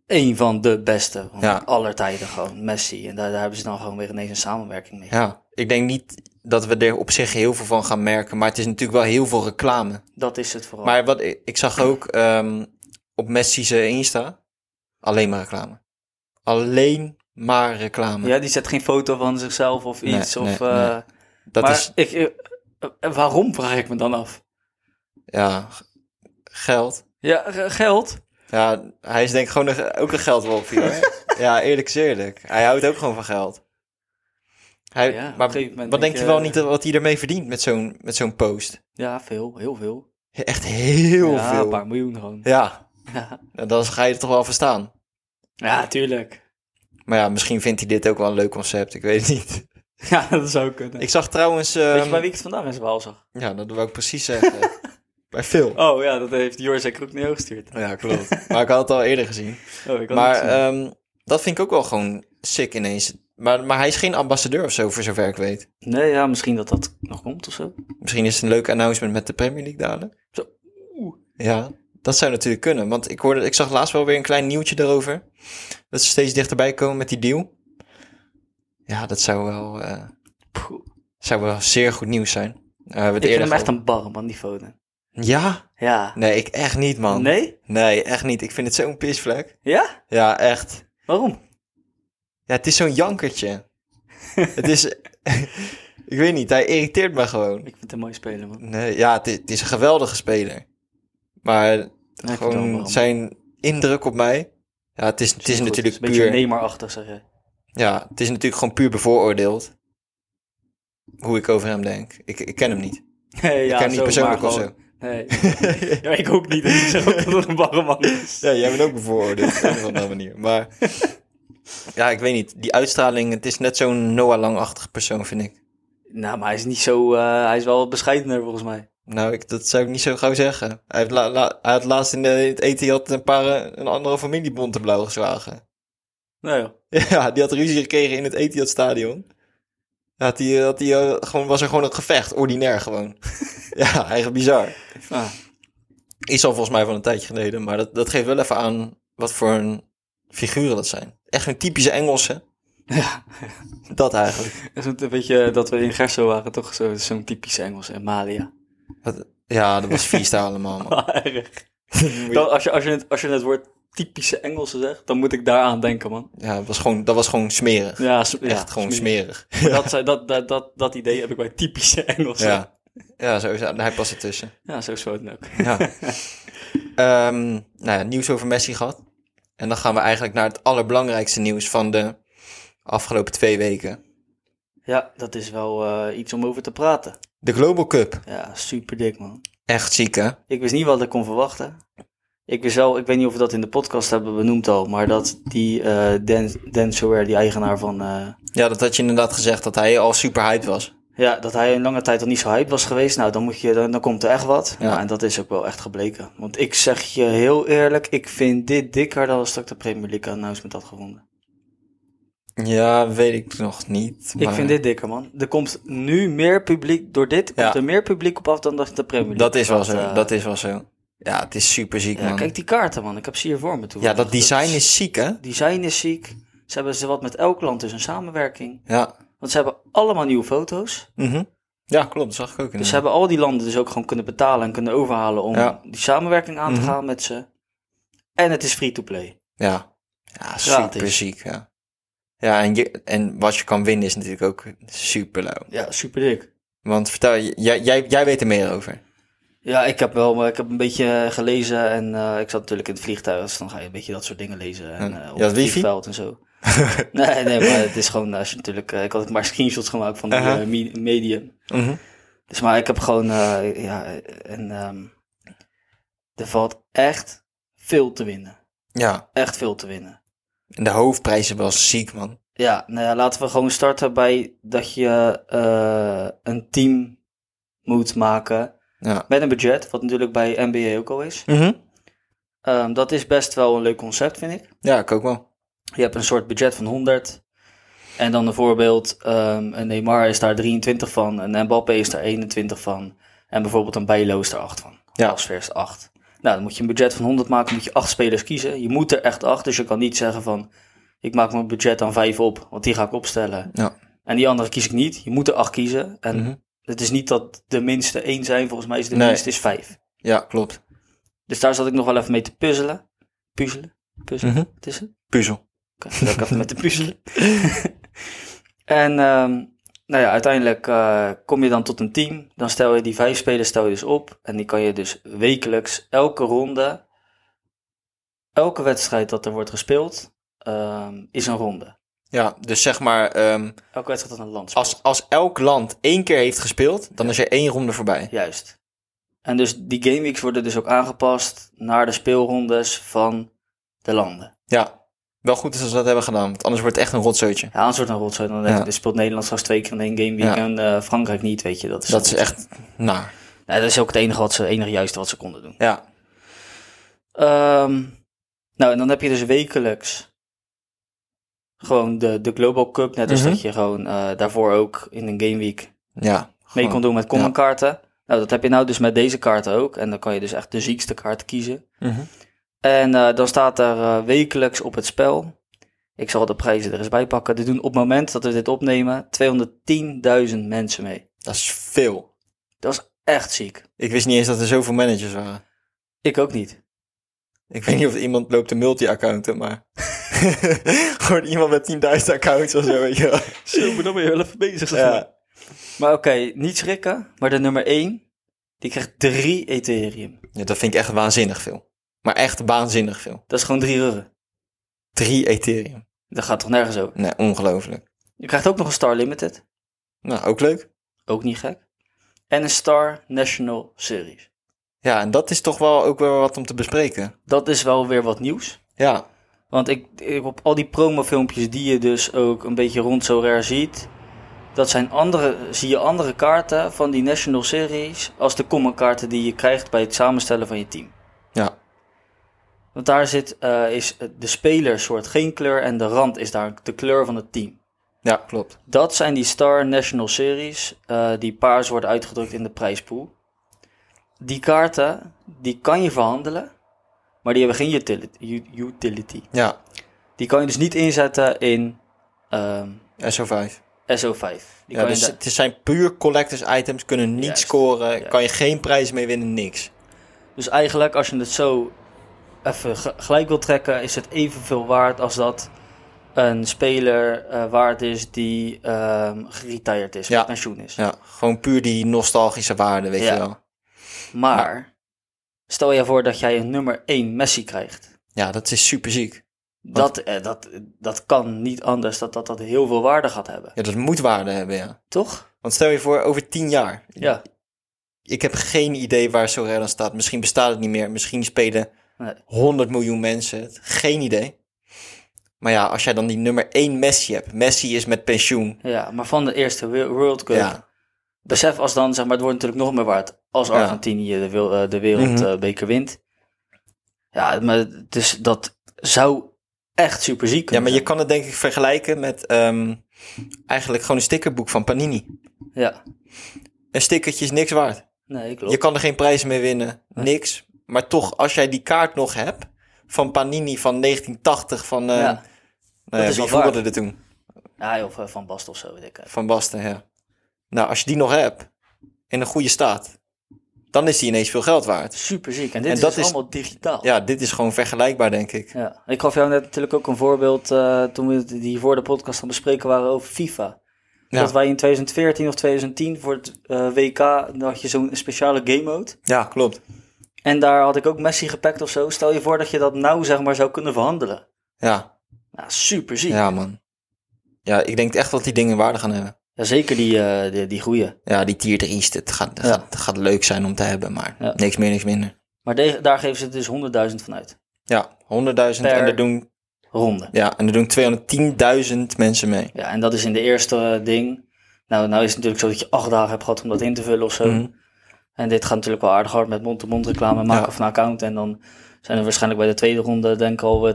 A: één van de beste van
B: Ja.
A: aller tijden gewoon. Messi. En daar, daar hebben ze dan gewoon weer ineens een samenwerking mee.
B: Ja, ik denk niet dat we er op zich heel veel van gaan merken. Maar het is natuurlijk wel heel veel reclame.
A: Dat is het vooral.
B: Maar wat ik, ik zag ook ehm, op Messi's eh, Insta, alleen maar reclame. Alleen maar reclame.
A: ja, die zet geen foto van zichzelf of
B: Nee,
A: iets. of,
B: nee,
A: eh,
B: nee. dat
A: maar
B: is
A: ik, eh, eh, waarom vraag ik me dan af?
B: ja, g- geld.
A: Ja, eh, geld.
B: Ja, hij is denk ik gewoon een- ook een geldwolf hier. hè? ja, eerlijk is eerlijk. Hij houdt ook gewoon van geld. Hij,
A: Ja, op een
B: maar
A: gegeven moment
B: wat
A: denk
B: denk
A: je,
B: je wel
A: eh,
B: niet dat- wat hij ermee verdient met zo'n, met zo'n post?
A: Ja, veel. Heel veel.
B: Echt heel
A: ja,
B: veel.
A: een paar miljoen gewoon.
B: Ja,
A: Ja,
B: nou, dan ga je er toch wel verstaan.
A: ja tuurlijk.
B: Maar ja, misschien vindt hij dit ook wel een leuk concept. Ik weet het niet.
A: Ja, dat zou kunnen.
B: Ik zag trouwens...
A: Weet
B: ehm,
A: je bij wie ik het vandaag eens wel zag?
B: Ja, dat wil ik precies zeggen. Bij Phil.
A: Oh ja, dat heeft Joris en Kroek niet gestuurd.
B: Ja, klopt. Maar ik had het al eerder gezien.
A: Oh, ik had
B: maar
A: het gezien.
B: ehm, dat vind ik ook wel gewoon sick ineens. Maar, maar hij is geen ambassadeur of zo, voor zover ik weet.
A: Nee, ja, misschien dat dat nog komt of zo.
B: Misschien is het een leuk announcement met de Premier League dadelijk.
A: Zo, oeh.
B: Ja, dat zou natuurlijk kunnen. Want ik, hoorde, ik zag laatst wel weer een klein nieuwtje daarover. Dat ze steeds dichterbij komen met die deal. Ja, dat zou wel, eh,
A: Poeh.
B: zou wel zeer goed nieuws zijn. Eh, we hebben het
A: Ik vind
B: eerder
A: hem echt
B: gehad.
A: een barre man, die Foden.
B: Ja?
A: Ja.
B: Nee, ik echt niet, man.
A: Nee?
B: Nee, echt niet. Ik vind het zo'n pisvlek.
A: Ja?
B: Ja, echt.
A: Waarom?
B: Ja, het is zo'n jankertje. het is... ik weet niet, hij irriteert me gewoon.
A: Ik vind hem een mooie speler, man.
B: Nee, ja, het is, het is een geweldige speler. Maar
A: vind het wel
B: gewoon
A: waarom.
B: zijn indruk op mij... Ja, het is, het is
A: Goed,
B: natuurlijk
A: Een beetje
B: puur...
A: nemerachtig, zeg je.
B: Ja, het is natuurlijk gewoon puur bevooroordeeld. Hoe ik over hem denk. Ik, ik ken hem niet.
A: Nee,
B: Ik
A: ja,
B: ken hem niet
A: zo,
B: persoonlijk
A: maar
B: of
A: gewoon-
B: zo.
A: Nee. ja, ik ook niet. Ik zeg ook dat het een barre man is.
B: Ja, jij bent ook bevooroordeeld op een of andere manier. Maar ja, ik weet niet. Die uitstraling, het is net zo'n Noah Lang-achtige persoon, vind ik.
A: Nou, maar hij is niet zo... eh, hij is wel wat bescheidener, volgens mij.
B: Nou, ik, dat zou ik niet zo gauw zeggen. Hij, heeft la- la- hij had laatst in, de, in het eten had een paar eh, een andere familie bonte blauw geslagen.
A: Nou ja.
B: Ja, die had ruzie gekregen in het Etihad stadion. Ja, had die, had die, eh, gewoon, was er gewoon een gevecht, ordinair gewoon. ja, eigenlijk bizar.
A: Ah,
B: Is al volgens mij van een tijdje geleden, maar dat, dat geeft wel even aan wat voor een figuren dat zijn. Echt een typische Engelsen.
A: Ja.
B: Dat eigenlijk.
A: dat is een beetje dat we in Gerso waren, toch? Zo- Zo'n typische Engels en Malia.
B: Wat- ja, dat was vies daar allemaal, man.
A: Maar erg. Dan, als, je, als, je het, als je het woord typische Engelse zegt, dan moet ik daaraan denken, man.
B: Ja, dat was gewoon, dat was gewoon smerig.
A: Ja, s- ja,
B: Echt gewoon smerig.
A: Maar Dat, zei- dat, dat, dat, dat idee heb ik bij typische Engelsen. Ja,
B: Ja. ja, zo is hij. Hij past ertussen.
A: zo is het ook.
B: Ja. Ehm, nou ja, nieuws over Messi gehad. En dan gaan we eigenlijk naar het allerbelangrijkste nieuws van de afgelopen twee weken.
A: Ja, dat is wel eh, iets om over te praten.
B: De Global Cup.
A: Ja, super dik, man.
B: Echt ziek, hè?
A: Ik wist niet wat ik kon verwachten. Ik wist wel, ik weet niet of we dat in de podcast hebben benoemd al, maar dat die eh Dan, Dan Sower, die eigenaar van... eh,
B: Ja, dat had je inderdaad gezegd, dat hij al super hyped was.
A: ja, dat hij een lange tijd al niet zo hype was geweest. Nou, dan, moet je, dan, dan komt er echt wat.
B: Ja.
A: Ja. en dat is ook wel echt gebleken. Want ik zeg je heel eerlijk, ik vind dit dikker dan als dat ik de Premier League announcement had gevonden.
B: Ja, weet ik nog niet.
A: Ik
B: maar
A: vind dit dikker, man. Er komt nu meer publiek, door dit komt
B: Ja.
A: er meer publiek op af dan dat de Premier League.
B: Dat is wel zo,
A: eh,
B: dat is wel zo. Ja, het is super ziek,
A: Ja,
B: man.
A: kijk die kaarten, man. Ik heb ze hier voor me toe.
B: ja, dat design is ziek, hè?
A: Design is ziek. Ze hebben ze wat met elk land, dus een samenwerking.
B: Ja.
A: Want ze hebben allemaal nieuwe foto's.
B: Mhm. Ja, klopt. Dat zag ik ook in.
A: Dus ze hebben al die landen dus ook gewoon kunnen betalen en kunnen overhalen om
B: Mhm. Ja.
A: die samenwerking aan te
B: Mhm.
A: gaan met ze. En het is free to play.
B: Ja, ja super
A: Gratis.
B: ziek. Ja, ja en, je, en wat je kan winnen is natuurlijk ook super lauw.
A: Ja, super dik.
B: Want vertel, j- jij, jij, jij weet er meer over.
A: Ja, ik heb wel maar ik heb een beetje gelezen en eh, ik zat natuurlijk in het vliegtuig, dus dan ga je een beetje dat soort dingen lezen. En,
B: Ja.
A: eh,
B: Je
A: op
B: had
A: het
B: wifi?
A: vliegveld en zo. nee, nee, maar het is gewoon als je natuurlijk, eh, ik had maar screenshots gemaakt van die
B: Aha.
A: eh, me- medium.
B: Mhm.
A: Dus maar ik heb gewoon, eh, ja, en ehm, er valt echt veel te winnen.
B: Ja,
A: Echt veel te winnen.
B: en de hoofdprijzen was ziek, man.
A: Ja, nou ja, laten we gewoon starten bij dat je eh, een team moet maken.
B: Ja.
A: Met een budget, wat natuurlijk bij NBA ook al is.
B: Mhm.
A: Ehm, dat is best wel een leuk concept, vind ik.
B: Ja, ik ook wel.
A: Je hebt een soort budget van 100. En dan een voorbeeld, ehm, een Neymar is daar 23 van, een Mbappé is daar 21 van. En bijvoorbeeld een Bijlo is daar 8 van.
B: Ja.
A: Transfer is 8. Nou, dan moet je een budget van 100 maken, moet je 8 spelers kiezen. Je moet er echt 8, dus je kan niet zeggen van... ik maak mijn budget aan 5 op, want die ga ik opstellen.
B: Ja.
A: En die andere kies ik niet. Je moet er 8 kiezen. En
B: Mhm.
A: het is niet dat de minste 1 zijn, volgens mij is de
B: Nee.
A: minste is 5.
B: Ja, klopt.
A: Dus daar zat ik nog wel even mee te puzzelen. Puzzelen? Puzzelen?
B: Mhm.
A: Wat is het?
B: Puzzel.
A: Oké, dan kan ik even met de puzzelen. en ehm, nou ja, uiteindelijk eh, kom je dan tot een team. Dan stel je die vijf spelers stel je dus op. En die kan je dus wekelijks elke ronde, elke wedstrijd dat er wordt gespeeld, ehm, is een ronde.
B: Ja, dus zeg maar, ehm,
A: Elke wedstrijd dat een land speelt.
B: als, als elk land één keer heeft gespeeld, dan is er één ronde voorbij.
A: Juist. En dus die gameweeks worden dus ook aangepast naar de speelrondes van de landen.
B: Ja, wel goed is dat ze dat hebben gedaan, want anders wordt het echt een rotzeutje.
A: Ja, een soort van rotzooi. Dan denk
B: Ja.
A: je, dit speelt Nederland straks twee keer in één gameweek
B: Ja.
A: en eh, Frankrijk niet, weet je. Dat is,
B: Dat is echt naar.
A: Nou, dat is ook het enige, wat ze, enige juiste wat ze konden doen.
B: Ja,
A: Ehm, nou, en dan heb je dus wekelijks gewoon de, de Global Cup. Net als
B: Mhm.
A: dat je gewoon eh, daarvoor ook in een gameweek
B: ja.
A: mee
B: gewoon.
A: kon doen met common kaarten. Nou, dat heb je nou dus met deze kaarten ook. En dan kan je dus echt de ziekste kaart kiezen.
B: Mhm.
A: En eh, dan staat er eh, wekelijks op het spel. Ik zal de prijzen er eens bij pakken. Er doen op het moment dat we dit opnemen 210.000 mensen mee.
B: Dat is veel.
A: Dat is echt ziek.
B: Ik wist niet eens dat er zoveel managers waren.
A: Ik ook niet.
B: Ik weet niet of iemand loopt te multi-accounten, maar... Gewoon iemand met 10.000 accounts of zo, weet je wel.
A: Zo, maar dan ben je wel even bezig.
B: Ja.
A: Maar oké, niet schrikken. Maar de nummer 1, die krijgt 3 Ethereum.
B: Ja, dat vind ik echt waanzinnig veel. Maar echt waanzinnig veel.
A: Dat is gewoon 3 ruggen.
B: Drie Ethereum.
A: Dat gaat toch nergens over.
B: Nee, ongelooflijk.
A: Je krijgt ook nog een Star Limited.
B: Nou, ook leuk.
A: Ook niet gek. En een Star National Series.
B: Ja, en dat is toch wel ook wel wat om te bespreken.
A: Dat is wel weer wat nieuws.
B: Ja,
A: Want ik, ik- op al die promofilmpjes die je dus ook een beetje rond zo rare ziet... Dat zijn andere, zie je andere kaarten van die National Series... als de common kaarten die je krijgt bij het samenstellen van je team.
B: ja,
A: Want daar zit, eh, is de speler soort geen kleur en de rand is daar de kleur van het team.
B: ja, klopt.
A: Dat zijn die Star National Series, eh, die paars worden uitgedrukt in de prijspool. Die kaarten, die kan je verhandelen, maar die hebben geen utili- u- utility.
B: Ja,
A: Die kan je dus niet inzetten in ehm,
B: SO5.
A: SO5. Die kan
B: Ja,
A: je
B: dus
A: da-
B: het zijn puur collectors items, kunnen niet
A: Juist,
B: scoren,
A: juist.
B: kan je geen prijs mee winnen, niks.
A: Dus eigenlijk, als je het zo even ge- gelijk wil trekken, is het evenveel waard als dat een speler eh, waard is die ehm, geretired is,
B: Ja.
A: met pensioen is.
B: Ja, gewoon puur die nostalgische waarde, weet
A: Ja.
B: je wel.
A: Maar stel je voor dat jij een nummer 1 Messi krijgt.
B: Ja, dat is super ziek.
A: Dat, eh, dat, dat kan niet anders dat, dat dat heel veel waarde gaat hebben.
B: Ja, dat moet waarde hebben, ja.
A: Toch?
B: Want stel je voor, over tien jaar.
A: Ja.
B: Ik heb geen idee waar Sorel dan staat. Misschien bestaat het niet meer. Misschien spelen
A: Nee.
B: 100 miljoen mensen. het. Geen idee. Maar ja, als jij dan die nummer 1 Messi hebt. Messi is met pensioen.
A: ja, maar van de eerste Wo- World Cup.
B: Ja,
A: Besef als dan, zeg maar, het wordt natuurlijk nog meer waard als
B: Ja. Mhm.
A: Argentinië de, wil- eh, de wereldbeker wint. Ja, maar dus dat zou echt super ziek
B: ja
A: kunnen
B: maar je
A: zijn.
B: kan het denk ik vergelijken met ehm, eigenlijk gewoon een stickerboek van Panini.
A: Ja,
B: Een stickertje is niks waard.
A: nee, klopt.
B: Je kan er geen prijs mee winnen.
A: Nee.
B: Niks. Maar toch, als jij die kaart nog hebt van Panini van 1980 van... eh
A: ja.
B: nou ja,
A: is
B: wie
A: wel waard.
B: voelde er toen?
A: ja, of eh, Van Bast of zo, weet ik.
B: Van Basten, ja. Nou, als je die nog hebt, in een goede staat, dan is die ineens veel geld waard.
A: Super ziek. En dit
B: En
A: is,
B: dat
A: dus
B: is-
A: allemaal digitaal.
B: Ja, dit is gewoon vergelijkbaar, denk ik.
A: Ja, ik gaf jou net natuurlijk ook een voorbeeld eh, toen we het- die voor de podcast aan het bespreken waren over FIFA.
B: Ja.
A: Dat wij in 2014 of 2010 voor het eh, WK, dan had je zo'n speciale game mode.
B: Ja, klopt.
A: En daar had ik ook Messi gepakt of zo. Stel je voor dat je dat nou zeg maar zou kunnen verhandelen.
B: Ja,
A: Nou, super ziek. Ja.
B: ja man. Ja, ik denk echt dat die dingen waarde gaan hebben.
A: zeker die, eh die, die goeie.
B: Ja, die tier 3's, het gaat,
A: Ja.
B: gaat, gaat leuk zijn om te hebben, maar
A: Ja.
B: niks meer, niks minder.
A: Maar de- daar geven ze dus 100.000 van uit.
B: Ja, 100.000 en
A: Per-
B: er doen,
A: Ronde.
B: ja, en er doen 210.000 mensen mee.
A: Ja, en dat is in de eerste eh, ding. Nou, nou is het natuurlijk zo dat je acht dagen hebt gehad om dat in te vullen of zo.
B: Mhm.
A: En dit gaat natuurlijk wel aardig hard met mond-to-mond reclame maken
B: Ja.
A: van een account. En dan zijn er waarschijnlijk bij de tweede ronde denk ik al eh,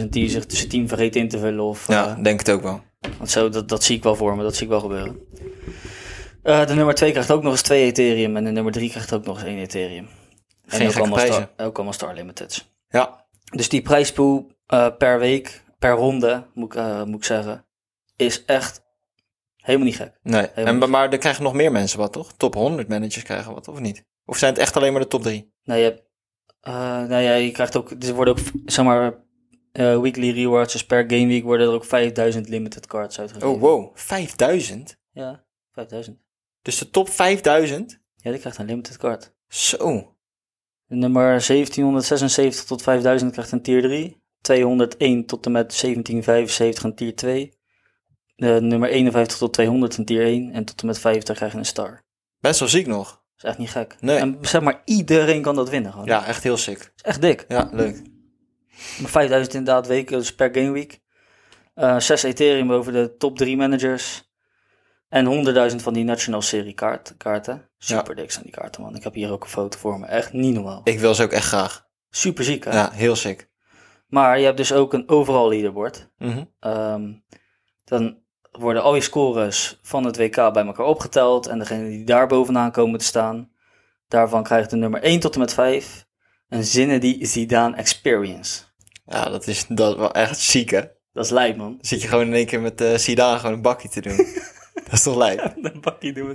A: 20.000 die zich tussen 10 vergeten in te vullen. Of,
B: Ja,
A: eh,
B: denk het ook wel.
A: want zo, dat, dat zie ik wel voor me, dat zie ik wel gebeuren. Eh, de nummer 2 krijgt ook nog eens 2 Ethereum en de nummer 3 krijgt ook nog eens 1 Ethereum. en ook
B: Geen gekke
A: allemaal,
B: prijzen.
A: Star, ook allemaal Star Limiteds.
B: Ja,
A: Dus die prijspool eh, per week, per ronde, moet, ik, eh, moet ik zeggen, is echt helemaal niet gek.
B: nee. En,
A: mooi.
B: maar er krijgen nog meer mensen wat, toch? Top 100 managers krijgen wat, of niet? Of zijn het echt alleen maar de top 3?
A: Nou, je, hebt, eh, nou ja, je krijgt ook, er worden ook, zeg maar, eh, weekly rewards, dus per game week worden er ook 5000 limited cards uitgegeven.
B: Oh, wow. 5000?
A: Ja, 5000.
B: Dus de top 5000?
A: Ja, die krijgt een limited card.
B: Zo.
A: De Nummer 1776 tot 5000 krijgt een tier 3. 201 tot en met 1775 een tier 2. De nummer 51 tot 200 een tier 1. En tot en met 50 krijg je een star.
B: Best wel ziek nog.
A: Dat is echt niet gek.
B: Nee.
A: En zeg maar, iedereen kan dat winnen gewoon.
B: Ja, echt heel sick.
A: Dat is echt dik.
B: Ja, leuk.
A: Maar 5000 inderdaad weken, dus per game week. Eh 6 Ethereum over de top 3 managers. En 100.000 van die National Serie kaart, kaarten. Super dik zijn die kaarten, man. Ik heb hier ook een foto voor me. Echt niet normaal.
B: Ik wil ze ook echt graag.
A: Super ziek, hè?
B: Ja, heel sick.
A: Maar je hebt dus ook een overal leaderboard.
B: Mhm.
A: Ehm, dan worden al je scores van het WK bij elkaar opgeteld. En degene die daar bovenaan komen te staan, daarvan krijgt de nummer 1 tot en met 5 een Zinedine Zidane Experience.
B: Ja, dat is, dat is wel echt ziek, hè?
A: Dat is lijp, man.
B: Dan zit je gewoon in één keer met eh Sida gewoon een bakje te doen. dat is toch lijp?
A: Dan pak je doen.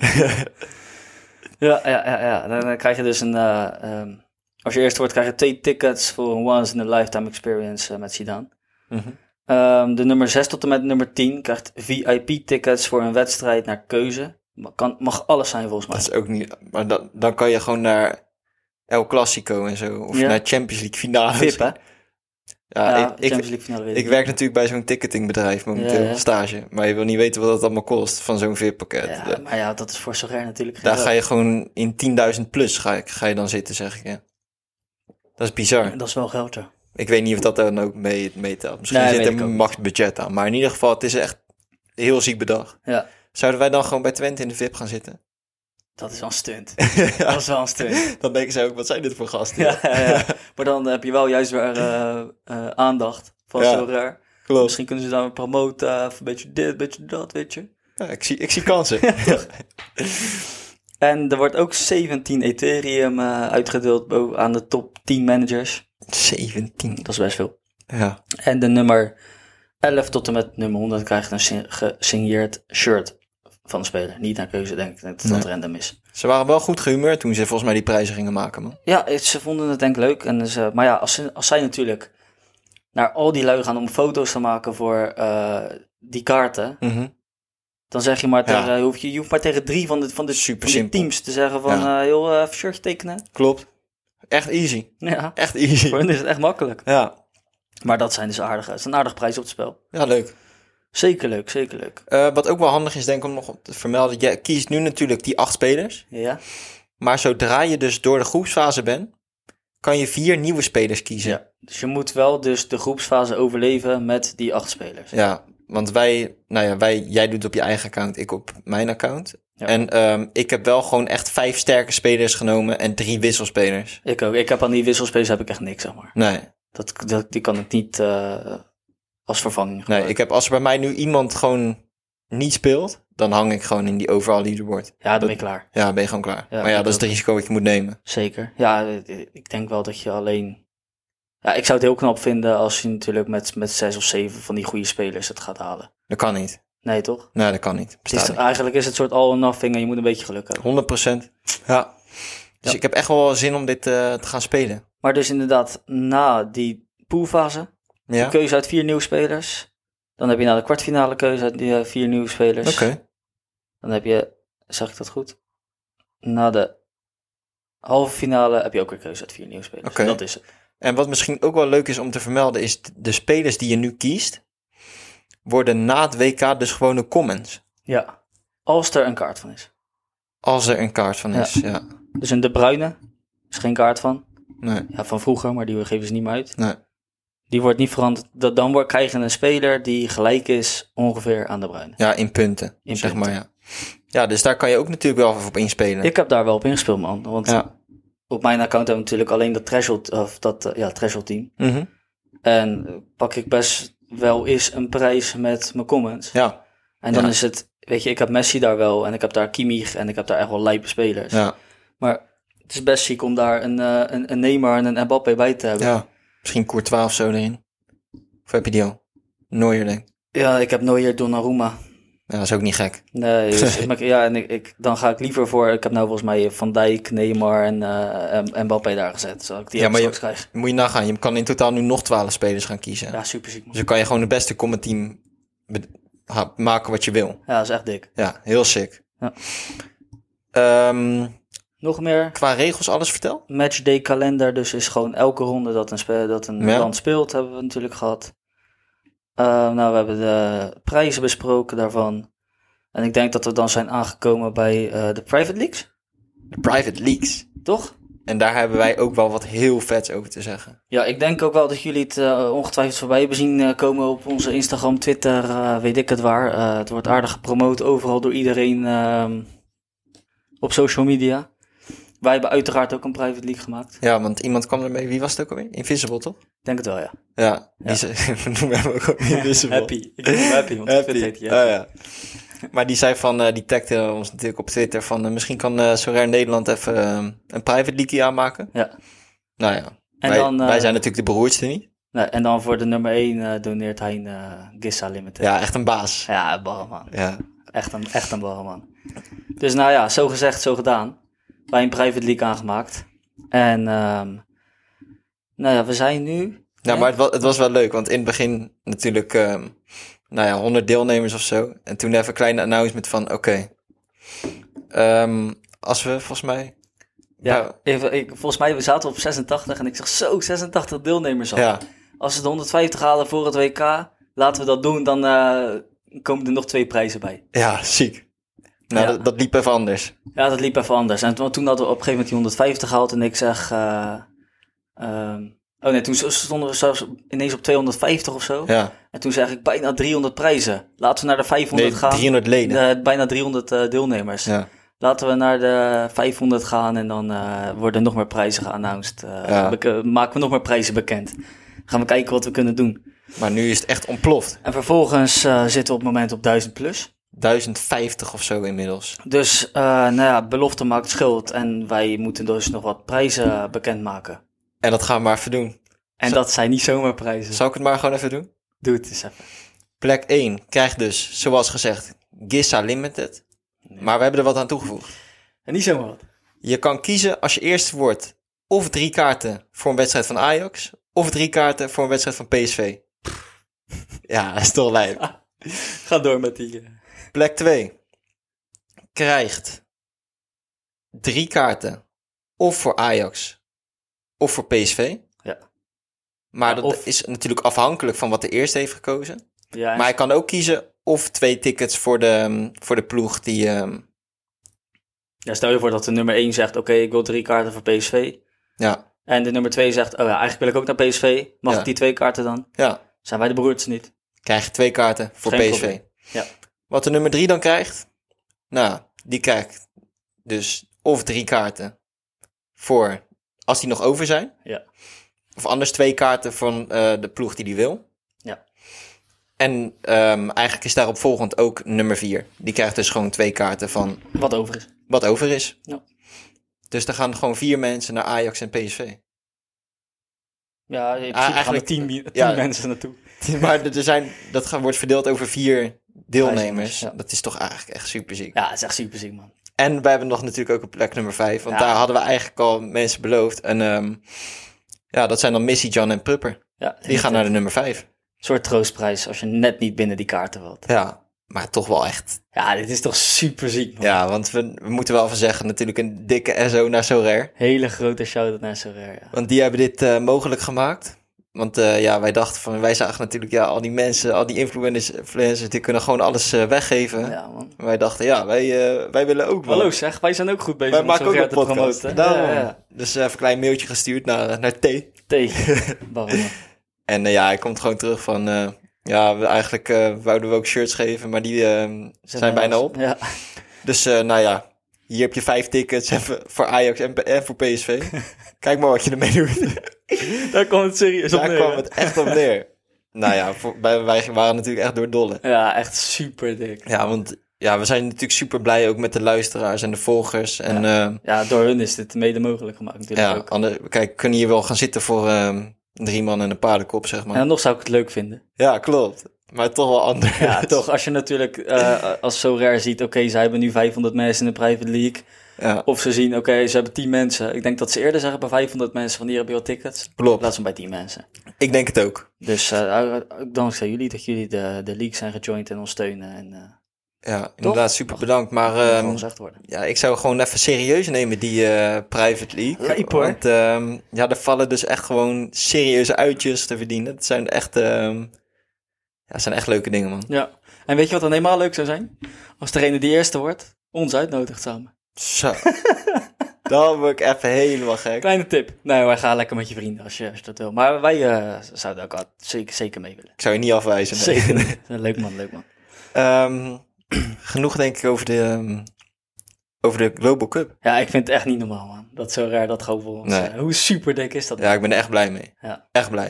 A: ja, ja, ja, ja. Dan eh, krijg je dus een... eh, ehm, als je eerst wordt, krijg je twee tickets voor een once-in-a-lifetime experience eh, met Zidane.
B: Mhm.
A: Ehm, de nummer 6 tot en met nummer 10 krijgt VIP-tickets voor een wedstrijd naar keuze. Ma- Kan, mag alles zijn volgens mij.
B: Dat is ook niet... Maar dan dan kan je gewoon naar El Clasico en zo. Of
A: Ja.
B: naar Champions League finales.
A: VIP, hè? ja,
B: Ja, ik, ik,
A: Champions League finale weet
B: ik werk natuurlijk bij zo'n ticketingbedrijf momenteel,
A: Ja, ja.
B: stage. Maar je wil niet weten wat dat allemaal kost van zo'n Eh, VIP-pakket.
A: Ja, maar ja, dat is voor Sorare natuurlijk geen
B: Daar ga
A: geld.
B: je gewoon in 10.000 plus ga, ik- ga je dan zitten, zeg ik. Ja. Dat is bizar.
A: Dat is wel geld, ja.
B: Ik weet niet of dat dan ook mee, meetelt. Misschien
A: Nee,
B: zit
A: weet
B: er
A: ik ook
B: een
A: niet.
B: max budget aan. Maar in ieder geval, het is echt een heel ziek bedrag.
A: Ja,
B: Zouden wij dan gewoon bij Twente in de VIP gaan zitten?
A: dat is wel een stunt. Dat is wel een stunt.
B: dan denken ze ook, wat zijn dit voor gasten?
A: Ja, ja, ja. Maar dan heb je wel juist weer eh, eh, aandacht van
B: Ja.
A: Sorare.
B: klopt.
A: Misschien kunnen ze daar weer promoten, eh, of een beetje dit, een beetje dat, weet je.
B: Ja, ik, zie, ik zie kansen.
A: En er wordt ook 17 Ethereum eh, uitgedeeld bo- aan de top 10 managers.
B: 17.
A: Dat is best veel.
B: Ja,
A: En de nummer 11 tot en met nummer 100 krijgt een sin- gesigneerd shirt van de speler. Niet naar keuze, denk ik. Dat dat
B: Nee.
A: random is.
B: ze waren wel goed gehumeurd toen ze volgens mij die prijzen gingen maken, man.
A: Ja, het- ze vonden het denk ik leuk. En ze, maar ja, als, ze- als zij natuurlijk naar al die lui gaan om foto's te maken voor eh, die kaarten.
B: Mhm.
A: Dan zeg je maar,
B: Ja.
A: tegen, je, hoeft, je hoeft maar tegen drie van de, van de,
B: Super
A: van de
B: simpel.
A: teams te zeggen van...
B: Ja.
A: eh, joh, even shirtje tekenen.
B: Klopt. Echt easy.
A: Ja,
B: Echt easy.
A: voor hen is het echt makkelijk.
B: Ja,
A: Maar dat zijn dus aardige, het is een aardig prijs op het spel.
B: ja leuk.
A: Zeker leuk, zeker leuk.
B: Eh, wat ook wel handig is, denk ik, om nog te vermelden. Je kiest nu natuurlijk die acht spelers.
A: Ja,
B: Maar zodra je dus door de groepsfase bent, kan je vier nieuwe spelers kiezen.
A: Ja. dus je moet wel dus de groepsfase overleven met die acht spelers.
B: Ja, want wij, nou ja, wij, jij doet het op je eigen account, ik op mijn account.
A: Ja.
B: En ehm, ik heb wel gewoon echt vijf sterke spelers genomen en drie wisselspelers.
A: Ik ook. Ik heb aan die wisselspelers heb ik echt niks, zeg maar.
B: Nee,
A: Dat, dat, die kan ik niet eh, als vervanging
B: nee
A: gebruiken.
B: ik heb, als er bij mij nu iemand gewoon niet speelt, dan hang ik gewoon in die overall leaderboard.
A: Ja, dan ben ik klaar.
B: Ja, ben je gewoon klaar.
A: Ja,
B: maar ja,
A: ik
B: dat is
A: ook.
B: het risico wat je moet nemen.
A: Zeker. Ja, eh, ik denk wel dat je alleen... Ja, ik zou het heel knap vinden als je natuurlijk met, met zes of zeven van die goede spelers het gaat halen.
B: Dat kan niet.
A: Nee, toch?
B: Nee, dat kan niet.
A: Het is
B: Bestaat
A: toch- eigenlijk is het soort all or nothing en je moet een beetje geluk hebben.
B: 100 Ja. Dus ik heb echt wel zin om dit eh, te gaan spelen.
A: Maar dus inderdaad, na die poolfase,
B: Ja.
A: een
B: Oké.
A: keuze uit vier nieuwe spelers. Dan heb je na de kwartfinale keuze uit die, eh, vier nieuwe spelers. Dan heb je, zeg ik dat goed? Na de halve finale heb je ook weer keuze uit vier nieuwe spelers.
B: Oké.
A: Dat is het.
B: En wat misschien ook wel leuk is om te vermelden, is t- de spelers die je nu kiest, worden na het WK dus gewoon de commons.
A: Ja. Als er een kaart van is.
B: Als er een kaart van is. Ja.
A: Dus een De Bruyne is geen kaart van.
B: Nee,
A: Ja, van vroeger, maar die geven ze niet meer uit.
B: nee.
A: Die wordt niet veranderd. Dat- Dan wordt, krijg je een speler die gelijk is ongeveer aan De Bruyne.
B: Ja, in punten.
A: In
B: zeg
A: punten.
B: maar, ja. Ja, dus daar kan je ook natuurlijk wel even op inspelen.
A: Ik heb daar wel op ingespeeld, man. Want
B: Ja.
A: op mijn account hebben we natuurlijk alleen dat threshold, of dat, eh, ja, threshold team.
B: Mhm.
A: En eh, pak ik best wel eens een prijs met mijn comments.
B: Ja,
A: En dan
B: Ja.
A: is het, weet je, ik heb Messi daar wel en ik heb daar Kimmich en ik heb daar echt wel lijpe spelers.
B: ja,
A: Maar het is best ziek om daar een, eh, een, een Neymar en een Mbappé bij te hebben. Ja,
B: ja. Misschien Courtois of zo erin. Of heb je die al? Neuer denk ik.
A: ik heb Neuer, Donnarumma.
B: Ja, dat is ook niet gek.
A: Nee, dus ik maak- ja, en ik, ik- dan ga ik liever voor, ik heb nou volgens mij Van Dijk, Neymar en, eh, en- en Mbappé daar gezet. Zodat ik die
B: Ja,
A: ja,
B: maar je-
A: straks krijg.
B: Moet je nagaan, je kan in totaal nu nog 12 spelers gaan kiezen.
A: Ja, super ziek. man.
B: Dus dan kan je gewoon het beste combat team be- ha- maken wat je wil.
A: Ja, dat is echt dik.
B: Ja, heel sick.
A: Ja.
B: Ehm,
A: Nog meer
B: qua regels alles vertel?
A: matchday kalender, dus is gewoon elke ronde dat een, spe- dat een
B: Ja.
A: land speelt, hebben we natuurlijk gehad. Eh, nou, we hebben de prijzen besproken daarvan. En ik denk dat we dan zijn aangekomen bij eh, de private leagues,
B: De private leaks.
A: toch?
B: En daar hebben wij ook wel wat heel vets over te zeggen.
A: Ja, ik denk ook wel dat jullie het eh, ongetwijfeld voorbij hebben zien eh, komen op onze Instagram, Twitter, eh, weet ik het waar. Eh, het wordt aardig gepromoot overal door iedereen ehm, op social media. Wij hebben uiteraard ook een private league gemaakt.
B: Ja, want iemand kwam ermee. Wie was het ook alweer? Invisible, toch?
A: Ik denk het wel, ja.
B: Ja, die ze- we noemen hem ook alweer Invisible.
A: Ik ben happy, want
B: Happy. Ah, ja. Maar die zei van, eh, die tagde ons natuurlijk op Twitter van... eh, misschien kan eh Sorare Nederland even eh, een private leakie aanmaken.
A: Ja.
B: Nou ja,
A: En
B: wij,
A: dan, eh,
B: wij zijn natuurlijk de beroerdste niet.
A: Nou, en dan voor de nummer 1 doneert hij een eh, Gissa Limited.
B: Ja, echt een baas.
A: Ja, barre man.
B: Ja, Nou,
A: Echt een, echt een barre man. Dus nou ja, zo gezegd, zo gedaan. Bij een private league aangemaakt. En ehm, nou ja, we zijn nu...
B: Nou, maar het was, het was wel leuk, want in het begin natuurlijk, ehm, nou ja, 100 deelnemers of zo. En toen even een kleine announcement van, oké, ehm, als we volgens mij...
A: Ja, even, ik, volgens mij we zaten op 86 en ik zeg zo, 86 deelnemers al.
B: Nou, Ja,
A: Als we de 150 halen voor het WK, laten we dat doen. Dan eh, komen er nog twee prijzen bij.
B: ja, ziek. Nou,
A: Ja.
B: dat, dat liep even anders.
A: Ja, dat liep even anders. En toen, toen hadden we op een gegeven moment die 150 gehaald en ik zeg... eh, ehm, oh nee, toen stonden we zelfs ineens op 250 of zo.
B: Ja,
A: En toen zeg ik bijna 300 prijzen. Laten we naar de 500
B: nee,
A: gaan.
B: 300 leden.
A: Eh, bijna 300 eh, deelnemers.
B: Ja,
A: Laten we naar de 500 gaan en dan eh, worden nog meer prijzen geannounced. Eh,
B: Ja.
A: bek- eh, maken we nog meer prijzen bekend. Gaan we kijken wat we kunnen doen.
B: maar nu is het echt ontploft.
A: En vervolgens eh, zitten we op het moment op 1000 plus.
B: 1050 of zo inmiddels.
A: Dus eh, nou ja, belofte maakt schuld en wij moeten dus nog wat prijzen bekendmaken.
B: En dat gaan we maar even doen.
A: En dat zijn niet zomaar prijzen.
B: Zal ik het maar gewoon even doen?
A: Doe het eens even.
B: Plek 1 krijgt dus, zoals gezegd, Gissa Limited. Maar we hebben er wat aan toegevoegd.
A: En niet zomaar wat.
B: Je kan kiezen als je eerste wordt of drie kaarten voor een wedstrijd van Ajax of drie kaarten voor een wedstrijd van PSV. Ja, dat is toch lijp.
A: Ga door met die. eh.
B: Plek 2 krijgt drie kaarten of voor Ajax of voor PSV.
A: Ja.
B: Maar dat
A: Of-
B: is natuurlijk afhankelijk van wat de eerste heeft gekozen.
A: Ja, en-
B: Maar hij kan ook kiezen of twee tickets voor de, ehm, voor de ploeg die... ehm,
A: ja, stel je voor dat de nummer 1 zegt, oké, ik wil drie kaarten voor PSV.
B: ja,
A: En de nummer 2 zegt, oh ja, eigenlijk wil ik ook naar PSV. Mag
B: Ja.
A: ik die twee kaarten dan?
B: ja.
A: Zijn wij de beroerdste niet?
B: krijg je twee kaarten voor
A: Geen
B: PSV.
A: probleem. Ja.
B: Wat de nummer drie dan krijgt, nou, die krijgt dus of drie kaarten voor als die nog over zijn.
A: Ja.
B: Of anders twee kaarten van eh, de ploeg die die wil.
A: Ja.
B: En ehm, eigenlijk is daarop volgend ook nummer vier. Die krijgt dus gewoon twee kaarten van
A: Wat over is.
B: wat over is.
A: Ja.
B: Dus er gaan gewoon vier mensen naar Ajax en PSV.
A: Ja, in principe gaan er
B: eigenlijk-
A: tien, mi- tien
B: ja.
A: mensen naartoe.
B: Maar er zijn, dat gaan- wordt verdeeld over vier deelnemers.
A: Deelnemers, ja.
B: Dat is toch eigenlijk echt super ziek.
A: Ja, het is echt super ziek, man.
B: En we hebben nog natuurlijk ook op plek nummer 5. Want
A: Ja.
B: daar hadden we eigenlijk al mensen beloofd. En ehm, ja, dat zijn dan Missy, John en Prupper.
A: Ja,
B: Die gaan naar de nummer 5.
A: Een soort troostprijs als je net niet binnen die kaarten wilt.
B: Ja, maar toch wel echt.
A: Ja, dit is toch super ziek, man.
B: Ja, want we, we moeten wel van zeggen, natuurlijk een dikke SO naar Sorare.
A: Hele grote shout-out naar Sorare, ja.
B: Want die hebben dit eh, mogelijk gemaakt. Want eh, ja, wij dachten van, wij zagen natuurlijk, ja, al die mensen, al die influencers, influencers die kunnen gewoon alles eh, weggeven.
A: Ja, man.
B: En Wij dachten, ja, wij, eh, wij willen ook wel.
A: Hallo zeg, wij zijn ook goed bezig
B: wij
A: om
B: maken ook
A: Sorare
B: een
A: te
B: podcast.
A: promoten.
B: Daarom.
A: Ja, ja.
B: Dus even een klein mailtje gestuurd naar, eh, naar T.
A: Tegen. Barre, man.
B: En eh, ja, hij komt gewoon terug van... eh, ja, we, eigenlijk eh, wouden we ook shirts geven, maar die eh, ehm, zijn bijna op.
A: Ja.
B: Dus eh, nou ja, hier heb je vijf tickets even voor Ajax en, en voor PSV. Kijk maar wat je ermee doet.
A: Daar kwam het serieus op
B: Daar
A: neer,
B: kwam
A: hè?
B: het echt op neer. Nou ja, voor- wij, wij waren natuurlijk echt door dolle.
A: Ja, echt super dik.
B: Ja, want ja, we zijn natuurlijk super blij ook met de luisteraars en de volgers. En eh,
A: Ja, door hun is dit mede mogelijk gemaakt natuurlijk
B: ja,
A: ook.
B: ander, kijk, we kunnen hier wel gaan zitten voor ehm, drie man en een paardenkop, zeg maar.
A: En dan nog zou ik het leuk vinden.
B: Ja, klopt. Maar toch wel anders.
A: Ja, toch. Als je natuurlijk eh, als zo rare ziet, oké, ze hebben nu 500 mensen in de private league.
B: Ja,
A: Of ze zien, oké, ze hebben 10 mensen. Ik denk dat ze eerder zeggen bij 500 mensen van hier heb je al tickets. In
B: klopt.
A: plaats van bij 10 mensen.
B: Ik denk het ook.
A: Dus eh, ook dankzij jullie dat jullie de, de league zijn gejoind en ons steunen. En eh
B: Ja, inderdaad, super bedankt. Maar
A: gewoon
B: ehm,
A: zacht worden.
B: ja, ik zou gewoon even serieus nemen die eh, private league.
A: Lijp, hoor.
B: Want ehm, ja, er vallen dus echt gewoon serieuze uitjes te verdienen. Het zijn echt, ehm, ja, het zijn echt leuke dingen, man.
A: Ja. En weet je wat dan helemaal leuk zou zijn? Als degene die eerste wordt, ons uitnodigt samen.
B: Zo. Dan word ik even helemaal gek.
A: Kleine tip. Nee, wij gaan lekker met je vrienden als je, als je dat wil. Maar wij eh, zouden ook al- zeker, zeker mee willen.
B: Ik zou je niet afwijzen. nee.
A: Zeker. leuk man, leuk man.
B: Ehm, genoeg denk ik over de, ehm, over de Global Cup.
A: Ja, ik vind het echt niet normaal, man. Dat is zo raar dat gewoon voor ons.
B: Nee.
A: eh, hoe super dik is dat?
B: Ja, ik ben er echt blij mee.
A: Ja.
B: Echt blij.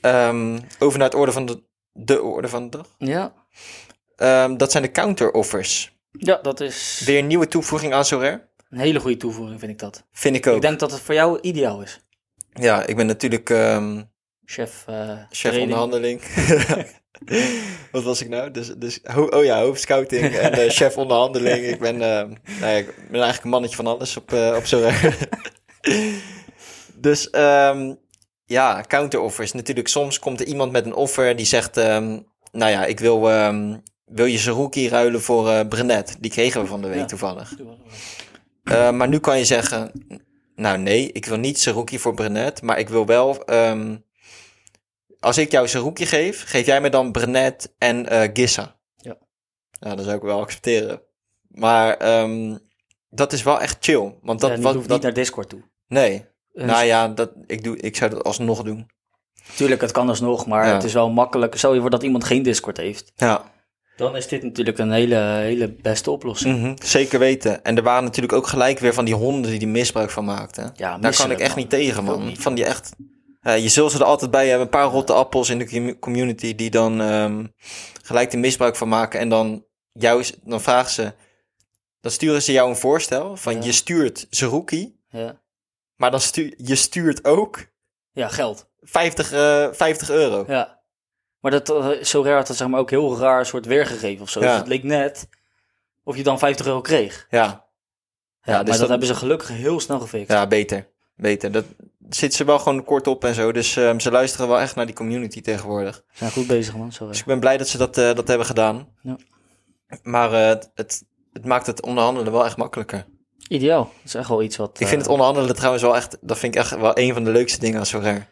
B: Ehm, over naar het orde van de, de orde van de dag.
A: ja.
B: Ehm, dat zijn de counter-offers.
A: Ja, dat is
B: Weer een nieuwe toevoeging aan Sorare?
A: een hele goede toevoeging, vind ik dat.
B: Vind ik ook.
A: Ik denk dat het voor jou ideaal is.
B: Ja, ik ben natuurlijk ehm,
A: Chef, eh
B: chef
A: training.
B: onderhandeling. Wat was ik nou? Dus, dus, ho- oh ja, hoofdscouting en eh, chef onderhandeling. Ik ben, ehm, nou ja, ik ben eigenlijk een mannetje van alles op, eh op Sorare. dus ehm, ja, counter-offers. Natuurlijk, soms komt er iemand met een offer die zegt... ehm, nou ja, ik wil, ehm, wil je Zerouki ruilen voor eh Brenet. Die kregen we van de week
A: Ja.
B: toevallig. Eh, maar nu kan je zeggen, nou nee, ik wil niet Seruki voor Brenet, maar ik wil wel, ehm, als ik jou Seruki geef, geef jij me dan Brenet en eh Gissa.
A: Ja.
B: Nou, dat zou ik wel accepteren. Maar ehm, dat is wel echt chill, want dat
A: Dat, ja,
B: wat-
A: die hoeft
B: dat-
A: niet naar Discord toe.
B: nee.
A: Eh,
B: nou ja, dat, ik, doe, ik zou dat alsnog doen.
A: Tuurlijk, het kan alsnog, maar
B: Ja.
A: het is wel makkelijk. Stel je voor dat iemand geen Discord heeft.
B: Ja.
A: Dan is dit natuurlijk een hele, hele beste oplossing.
B: Mhm, Zeker weten. En er waren natuurlijk ook gelijk weer van die honden die er misbruik van maakten.
A: Ja,
B: Daar kan ik
A: misselijk,
B: echt
A: man.
B: niet tegen,
A: Ik ook
B: man.
A: niet.
B: Van die echt. eh, je zult ze er altijd bij hebben. Een paar rotte appels in de commu- community die dan ehm, gelijk er misbruik van maken. En dan, jou, dan vragen ze. Dan sturen ze jou een voorstel van
A: Ja.
B: je stuurt Zerouki.
A: Ja,
B: Maar dan stuur je stuurt ook
A: ja geld.
B: 50, eh, 50 euro.
A: Ja. Maar dat eh, is zo raar dat het zeg maar, ook heel raar soort weergegeven of zo.
B: Ja.
A: Dus het leek net of je dan 50 euro kreeg.
B: Ja,
A: Ja,
B: Ja,
A: maar
B: dus
A: dat,
B: dat-
A: hebben ze gelukkig heel snel gefixt.
B: ja beter. Beter. Dat zit ze wel gewoon kort op en zo. Dus ehm, ze luisteren wel echt naar die community tegenwoordig.
A: Ze zijn goed bezig, man. Zo, eh.
B: Dus ik ben blij dat ze dat, eh, dat hebben gedaan.
A: Ja.
B: Maar eh, het, het, het maakt het onderhandelen wel echt makkelijker.
A: Ideaal. Dat is echt wel iets wat...
B: ik vind
A: eh,
B: het onderhandelen trouwens wel echt... Dat vind ik echt wel een van de leukste dingen aan Sorare.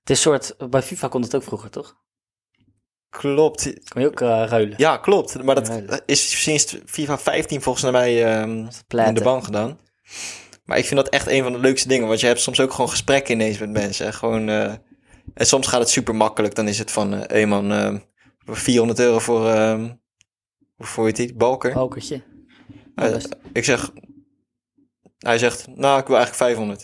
A: Het is soort... Bij FIFA kon dat ook vroeger, toch?
B: Klopt.
A: Kon je ook eh, ruilen.
B: Ja, klopt. Maar dat
A: Ja.
B: is sinds FIFA 15 volgens mij ehm, in de
A: platen.
B: ban gedaan. Maar ik vind dat echt een van de leukste dingen. Want je hebt soms ook gewoon gesprekken ineens met mensen. hè. Gewoon, eh, en soms gaat het super makkelijk. Dan is het van, eh hey man, ehm, 400 euro voor... ehm hoe heet die? Balker?
A: Balkertje.
B: Hij-
A: best.
B: ik zeg, hij zegt, nou, ik wil eigenlijk 500.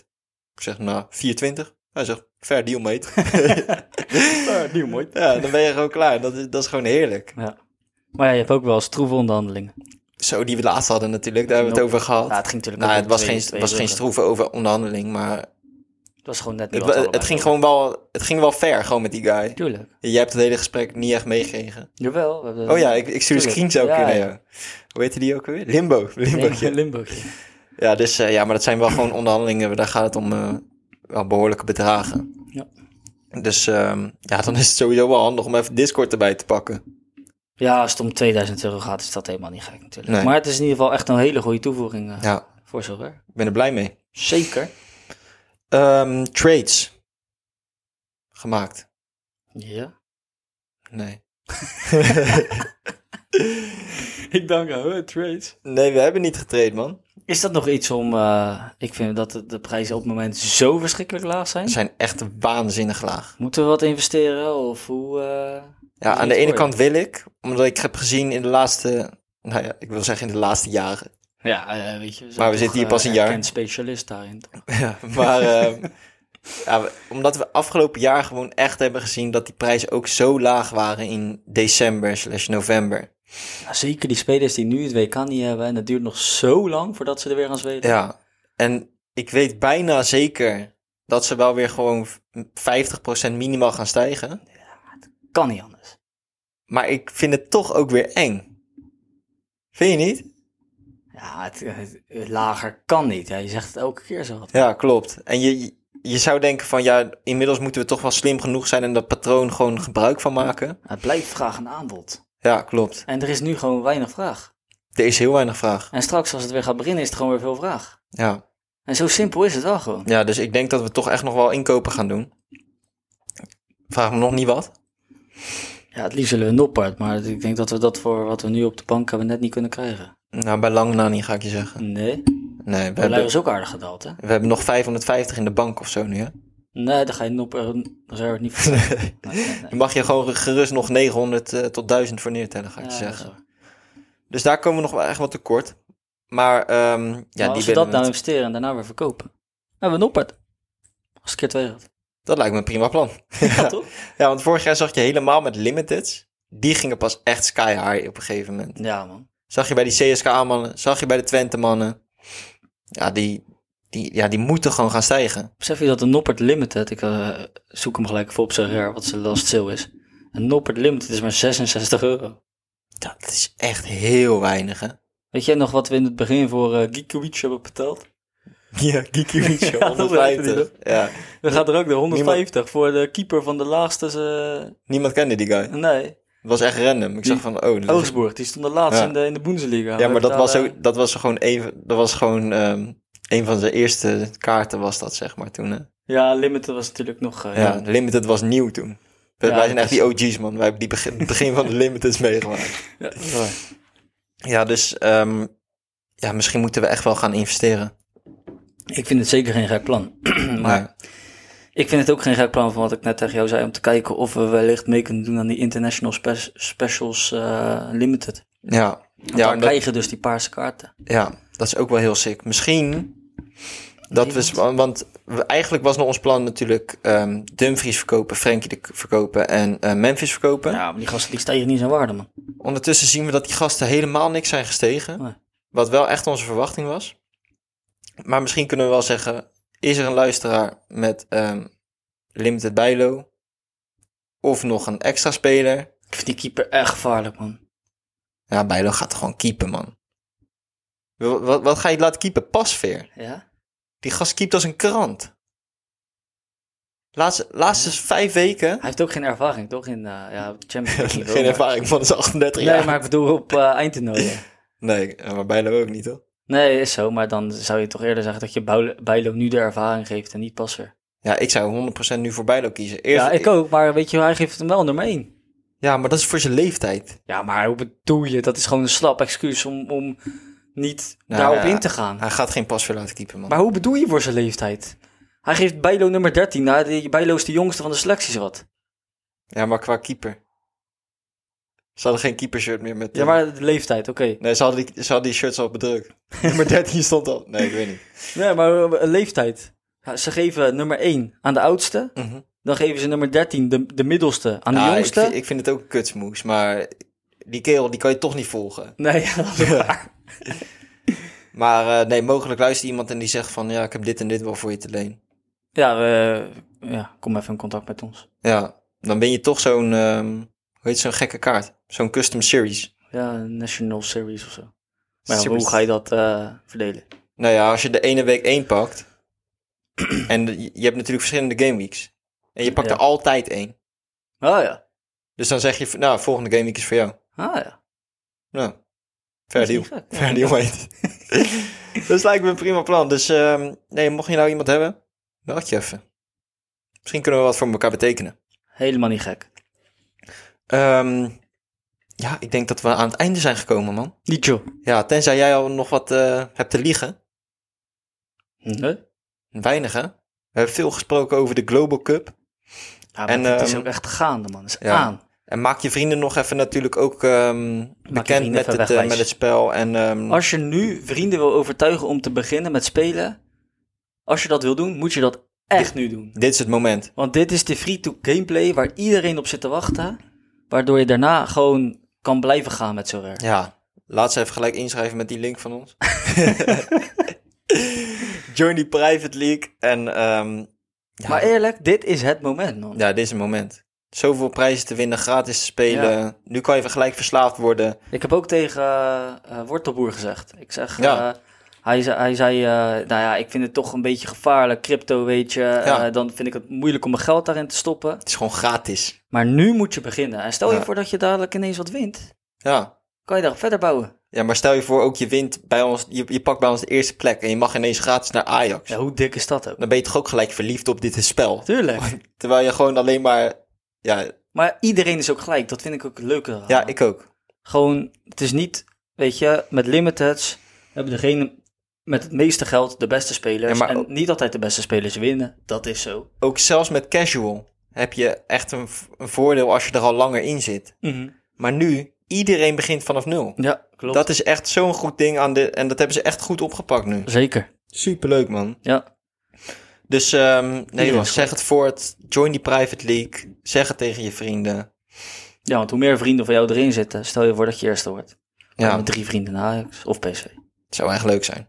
B: Ik zeg, nou, 420. Hij zegt, fair deal, mate. eh,
A: nieuw mooi.
B: ja, dan ben je gewoon klaar. Dat is, dat is gewoon heerlijk.
A: Maar ja, je hebt ook wel eens stroeve onderhandelingen.
B: Zo, die we laatst hadden natuurlijk, daar hebben we het over gehad.
A: Nou, het ging natuurlijk
B: nou,
A: ook
B: het
A: om
B: was,
A: twee-
B: geen,
A: twee
B: was geen
A: ruggen.
B: stroeve over onderhandeling, maar
A: Het was gewoon net niet
B: het,
A: wat
B: wa- het
A: allebei
B: ging
A: wilden.
B: gewoon wel, het ging wel ver, gewoon met die guy.
A: Tuurlijk.
B: Je hebt het hele gesprek niet echt meegekregen.
A: Jawel. we hebben-
B: Oh ja, ik, ik stuur
A: tuurlijk.
B: screens ook
A: Ja,
B: in.
A: ja.
B: ja. Hoe heette die ook weer? Limbo. Limbootje.
A: Nee, Limburgje.
B: Ja, dus, eh, ja, maar dat zijn wel gewoon onderhandelingen. Daar gaat het om eh, wel behoorlijke bedragen.
A: Ja.
B: Dus ehm, ja, dan is het sowieso wel handig om even Discord erbij te pakken.
A: Ja, als het om 2000 euro gaat, is dat helemaal niet gek natuurlijk.
B: Nee.
A: Maar het is in ieder geval echt een hele goede toevoeging eh,
B: Ja,
A: voor zover.
B: ik ben er blij mee.
A: Zeker.
B: Ehm, trades. Gemaakt.
A: Ja.
B: Nee.
A: Ik dank aan trades.
B: Nee, we hebben niet getraind, man.
A: Is dat nog iets om... eh, ik vind dat de, de prijzen op het moment zo verschrikkelijk laag
B: We
A: zijn.
B: zijn echt waanzinnig laag.
A: Moeten we wat investeren of hoe... eh,
B: Ja,
A: is
B: aan
A: iets
B: de ene
A: voor je.
B: kant wil ik, omdat ik heb gezien in de laatste Nou ja, ik wil zeggen in de laatste jaren.
A: Ja, eh, weet je.
B: Maar we zitten hier pas een jaar.
A: Ik eh, specialist daarin. toch?
B: Ja, maar ehm, ja, we- omdat we afgelopen jaar gewoon echt hebben gezien dat die prijzen ook zo laag waren in december slash november.
A: Nou, zeker die spelers die nu het WK niet hebben. En het duurt nog zo lang voordat ze er weer gaan spelen.
B: Ja, en ik weet bijna zeker dat ze wel weer gewoon 50% minimaal gaan stijgen.
A: Kan niet anders.
B: Maar ik vind het toch ook weer eng. Vind je niet?
A: Ja, het, het- het lager kan niet. Ja, je zegt het elke keer zo.
B: Ja, klopt. En je, je- je zou denken van ja, inmiddels moeten we toch wel slim genoeg zijn en dat patroon gewoon gebruik van maken.
A: Het blijft vraag en aanbod.
B: Ja, klopt.
A: En er is nu gewoon weinig vraag.
B: Er is heel weinig vraag.
A: En straks als het weer gaat beginnen is er gewoon weer veel vraag.
B: Ja.
A: En zo simpel is het wel gewoon.
B: Ja, dus ik denk dat we toch echt nog wel inkopen gaan doen. Vraag me nog niet wat.
A: Ja, het liefst willen we een noppert, maar ik denk dat we dat voor wat we nu op de bank hebben net niet kunnen krijgen.
B: Nou, bij lang na niet ga ik je zeggen.
A: Nee,
B: Nee, we
A: de lijn
B: hebben,
A: was ook aardig gedaald, hè?
B: we hebben nog 550 in de bank of zo nu, hè?
A: Nee, dan ga je noppert, dan zou je het niet voor. Nee, nee, nee.
B: Dan mag je gewoon gerust nog 900 eh, tot 1000 voor neertellen, ga ik je
A: Ja,
B: zeggen.
A: dat is waar.
B: Dus daar komen we nog wel echt wat tekort. Maar, ehm, ja,
A: Maar
B: die
A: als we dat
B: willen we
A: nou
B: niet.
A: investeren en daarna weer verkopen, dan hebben we een noppert. Als het keer twee gaat.
B: Dat lijkt me een prima plan.
A: Ja, toch?
B: Ja, want vorig jaar zag je helemaal met limiteds. Die gingen pas echt sky high op een gegeven moment.
A: Ja, man.
B: Zag je bij die CSKA-mannen, zag je bij de Twente-mannen. Ja die, die, ja, die moeten gewoon gaan stijgen.
A: Besef je dat een Noppert Limited, ik eh, zoek hem gelijk even op zijn rare, wat zijn last sale is. Een Noppert Limited is maar 66 euro.
B: Dat is echt heel weinig, hè?
A: Weet jij nog wat we in het begin voor eh Giekewitsch hebben betaald?
B: Ja, Gikiewicz,
A: Ja, dat weten die nog.
B: Ja,
A: Dan gaat er ook de 150 voor de keeper van de laagste. eh,
B: niemand kende die guy. Het
A: nee,
B: was echt random. Ik zag van, oh... dit is-
A: Oostburg. Die stond de laatste
B: Ja.
A: in, de, in de Bundesliga.
B: Ja, maar dat was,
A: ook.
B: ook, dat was gewoon even... Dat was gewoon ehm, een van zijn eerste kaarten was dat, zeg maar, toen. Hè?
A: Ja, Limited was natuurlijk nog. eh,
B: Ja, Limited was nieuw toen. Wij-
A: Ja,
B: wij zijn
A: dat
B: echt die OG's, man. Wij hebben die begin, het begin van de Limiteds meegemaakt.
A: ja, dat is waar.
B: Ja, dus... ehm, ja, misschien moeten we echt wel gaan investeren.
A: Ik vind het zeker geen gek plan. maar
B: Maar
A: ik vind het ook geen gek plan van wat ik net tegen jou zei. Om te kijken of we wellicht mee kunnen doen aan die International spe- Specials eh, Limited.
B: ja,
A: Want ja,
B: ja,
A: dan
B: dat,
A: krijg je dus die paarse kaarten.
B: ja, dat is ook wel heel sick. Misschien Dat we, wa- want we- eigenlijk was nog ons plan natuurlijk ehm Dumfries verkopen, Frenkie de K- verkopen en eh, Memphis verkopen.
A: Ja, maar die gasten die stijgen niet zijn waarde, man.
B: Ondertussen zien we dat die gasten helemaal niks zijn gestegen.
A: Nee.
B: Wat wel echt onze verwachting was. Maar misschien kunnen we wel zeggen, is er een luisteraar met ehm, limited bijlo? Of nog een extra speler?
A: Ik vind die keeper echt gevaarlijk, man.
B: Ja, bijlo gaat gewoon keepen, man. Wa- Wat, wat ga je laten keepen? Pasveer.
A: Ja?
B: Die gast keept als een krant. Laatste, laatste vijf weken...
A: Hij heeft ook geen ervaring, toch? In eh ja, Champions League. niet wel,
B: Geen
A: maar-
B: ervaring van is 38 jaar.
A: Nee, maar ik bedoel op eh eindtoernooien.
B: Nee, maar bijna ook niet, hoor.
A: Nee, is zo, maar dan zou je toch eerder zeggen dat je Bijlo- Bijlo nu de ervaring geeft en niet Passer.
B: Ja, ik zou 100% nu voor Bijlo kiezen. Eerst,
A: Ja, ik ook, maar weet je, hij geeft hem wel nummer 1.
B: Ja, maar dat is voor zijn leeftijd.
A: Ja, maar hoe bedoel je? Dat is gewoon een slap excuus om, om niet
B: Nou,
A: daarop
B: ja.
A: in te gaan.
B: Hij gaat geen pas weer laten keepen, man.
A: Maar hoe bedoel je voor zijn leeftijd? Hij geeft Bijlo nummer 13. Nou, die Bijlo is de jongste van de selecties wat.
B: Ja, maar qua keeper. Ze hadden geen keepershirt meer met...
A: Ja, maar de leeftijd, oké.
B: Nee, ze hadden, die, ze hadden die shirts al bedrukt. Nummer 13 stond al. Nee, ik weet niet.
A: Nee, maar eh, een leeftijd. Ja, Ze geven nummer 1 aan de oudste.
B: Mhm.
A: Dan geven ze nummer 13, de, de middelste, aan de
B: Ja,
A: jongste.
B: Ik, vind- ik vind het ook een kutsmoes, maar die kerel die kan je toch niet volgen.
A: Nee, ja, dat is waar.
B: Maar eh, nee, mogelijk luistert iemand en die zegt van... Ja, ik heb dit en dit wel voor je te leen.
A: Ja, we, ja, kom even in contact met ons.
B: Ja, dan ben je toch zo'n... ehm, hoe heet zo'n gekke kaart? Zo'n custom series.
A: Ja, een National Series of zo. Maar ja,
B: Series.
A: hoe ga je dat eh, verdelen?
B: Nou ja, als je de ene week één pakt. en je je hebt natuurlijk verschillende gameweeks. En je pakt
A: Ja.
B: er altijd één.
A: Oh ja.
B: Dus dan zeg je, van, nou, volgende gameweek is voor jou.
A: Ah ja.
B: Nou, fair
A: Dat is
B: deal.
A: niet gek.
B: Fair deal, mate. dus lijkt me een prima plan. Dus ehm, nee, mocht je nou iemand hebben, meld je even. Misschien kunnen we wat voor elkaar betekenen.
A: Helemaal niet gek.
B: Ehm, ja, ik denk dat we aan het einde zijn gekomen, man.
A: Niet joh.
B: Ja, tenzij jij al nog wat eh, hebt te liegen.
A: Nee?
B: Weinig, hè? We hebben veel gesproken over de Global Cup.
A: Ja, maar
B: En,
A: het is
B: ehm,
A: ook echt gaande man. Het is
B: ja.
A: aan.
B: En maak je vrienden nog even natuurlijk ook ehm, bekend
A: vrienden
B: met
A: even
B: het, eh,
A: wegwijs.
B: met het spel. En ehm,
A: Als je nu vrienden wil overtuigen om te beginnen met spelen, als je dat wil doen, moet je dat echt nu doen.
B: dit is het moment.
A: Want dit is de free-to gameplay waar iedereen op zit te wachten, waardoor je daarna gewoon kan blijven gaan met zo'n rare.
B: Ja, laat ze even gelijk inschrijven met die link van ons. Join die private league. En ehm, ja,
A: Maar eerlijk, dit is het moment, man.
B: ja, dit is een moment. Zoveel prijzen te winnen, gratis te spelen. Nu kan je even gelijk verslaafd worden.
A: Ik heb ook tegen eh, eh, Wortelboer gezegd. Ik zeg,
B: Ja.
A: eh, hij zei, hij zei eh, nou ja, ik vind het toch een beetje gevaarlijk, crypto, weet je.
B: Ja.
A: Eh, dan vind ik het moeilijk om mijn geld daarin te stoppen.
B: Het is gewoon gratis.
A: Maar nu moet je beginnen. En stel je
B: Ja.
A: voor dat je dadelijk ineens wat wint.
B: Ja.
A: Kan je daarop verder bouwen.
B: ja, maar stel je voor ook je wint bij ons, je, je pakt bij ons de eerste plek en je mag ineens gratis naar Ajax.
A: Ja, hoe dik is dat ook?
B: Dan ben je toch ook gelijk verliefd op dit spel.
A: Tuurlijk.
B: Terwijl je gewoon alleen maar... Ja,
A: Maar iedereen is ook gelijk. Dat vind ik ook leuker.
B: ja ik ook.
A: Gewoon, het is niet, weet je, met limiteds hebben degene met het meeste geld de beste spelers.
B: Ja, maar
A: en
B: ook-
A: niet altijd de beste spelers winnen. Dat is zo.
B: Ook zelfs met casual heb je echt een, v- een voordeel als je er al langer in zit. Maar nu, iedereen begint vanaf nul.
A: Ja, klopt.
B: Mhm. Dat is echt zo'n goed ding aan de... En dat hebben ze echt goed opgepakt nu.
A: Zeker.
B: Superleuk, man.
A: Ja.
B: Dus ehm nee,
A: Iedereen
B: man,
A: is
B: zeg het voort. Join die private league. Zeg het tegen je vrienden.
A: ja, want hoe meer vrienden van jou erin zitten, stel je voor dat je eerste wordt. Ja.
B: Ja,
A: Met drie vrienden naar Ajax of PSV.
B: het zou echt leuk zijn.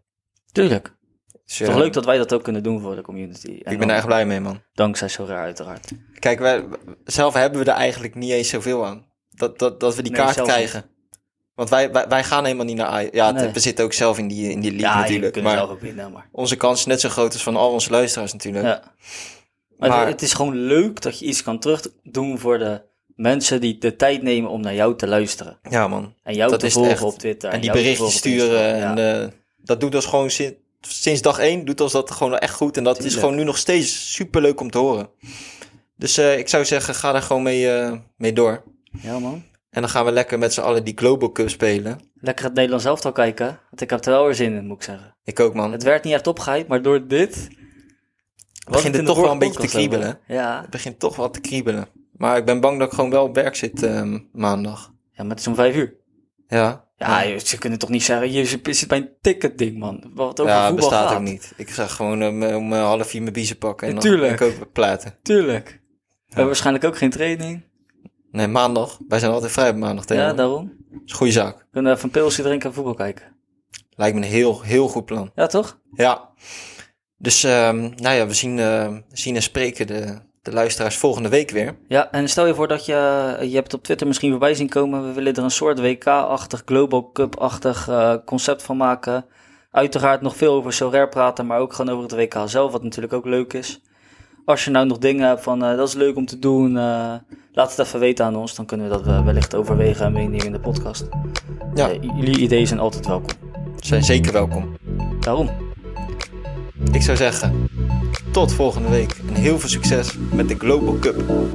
A: Tuurlijk. Het
B: Dus,
A: is
B: eh,
A: toch leuk dat wij dat ook kunnen doen voor de community. En
B: Ik ben
A: dan
B: er echt blij mee, man.
A: Dankzij zo raar uiteraard.
B: Kijk, wij, zelf hebben we er eigenlijk niet eens zoveel aan. Dat, dat, dat we die
A: Nee,
B: kaart
A: zelf
B: krijgen. Want wij, wij, wij gaan helemaal niet naar Ajax. Ja,
A: Nee.
B: we zitten ook zelf in die, in die league
A: ja, je
B: natuurlijk.
A: kunt
B: Maar
A: zelf ook winnen, maar...
B: onze kans is net zo groot als van al onze luisteraars natuurlijk.
A: Ja. Maar,
B: Maar-
A: het, het is gewoon leuk dat je iets kan terugdoen voor de mensen die de tijd nemen om naar jou te luisteren.
B: Ja, man.
A: En jou
B: Dat
A: te
B: is
A: volgen
B: echt.
A: op Twitter.
B: en die
A: jou te
B: berichtjes
A: volgen op
B: sturen.
A: Instagram.
B: En,
A: Ja.
B: eh, dat doet ons gewoon sinds, sinds dag één. Doet ons dat gewoon echt goed. En dat is
A: Tuurlijk.
B: gewoon nu nog steeds super leuk om te horen. Dus eh, ik zou zeggen, ga daar gewoon mee, eh, mee door.
A: ja man.
B: En dan gaan we lekker met z'n allen die Global Cup spelen.
A: Lekker het Nederlands elftal kijken. Want ik heb er wel weer zin in, moet ik zeggen.
B: Ik ook, man.
A: Het werd niet echt opgeheid, maar door dit... was
B: het
A: in de
B: toch wel een
A: vorige
B: beetje te
A: podcast over.
B: kriebelen,
A: Ja.
B: Het begint toch wat te kriebelen. Maar ik ben bang dat ik gewoon wel op werk zit ehm, maandag.
A: ja, maar het is om vijf uur.
B: Ja.
A: Ja, joh, ze kunnen toch niet zeggen, je zit zit bij een ticket ding, man. Wat over
B: ja,
A: voetbal
B: bestaat
A: gaat.
B: ook niet. Ik ga gewoon eh, m- om eh, half vier mijn biezen pakken. En dan
A: Tuurlijk.
B: ben ik ook platen.
A: Tuurlijk. We hebben waarschijnlijk ook geen training.
B: Nee, maandag. Wij zijn altijd vrij op maandag.
A: Ja,
B: Ja, dat
A: daarom.
B: is een goede zaak.
A: Kunnen we even een pilsje drinken en voetbal kijken.
B: Lijkt me een heel, heel goed plan.
A: Ja, toch?
B: Ja. Dus, ehm, nou ja, we zien, eh, zien en spreken de, de luisteraars volgende week weer.
A: Ja, en stel je voor dat je, je hebt op Twitter misschien voorbij zien komen, we willen er een soort WK-achtig, Global Cup-achtig eh, concept van maken. Uiteraard nog veel over Sorare praten, maar ook gewoon over het WK zelf, wat natuurlijk ook leuk is. Als je nou nog dingen hebt van, eh, dat is leuk om te doen, eh, laat het even weten aan ons. Dan kunnen we dat eh, wellicht overwegen en meenemen in de podcast.
B: Ja,
A: Eh, jullie ideeën zijn altijd welkom.
B: ze zijn zeker welkom.
A: Daarom.
B: Ik zou zeggen, tot volgende week. En heel veel succes met de Global Cup.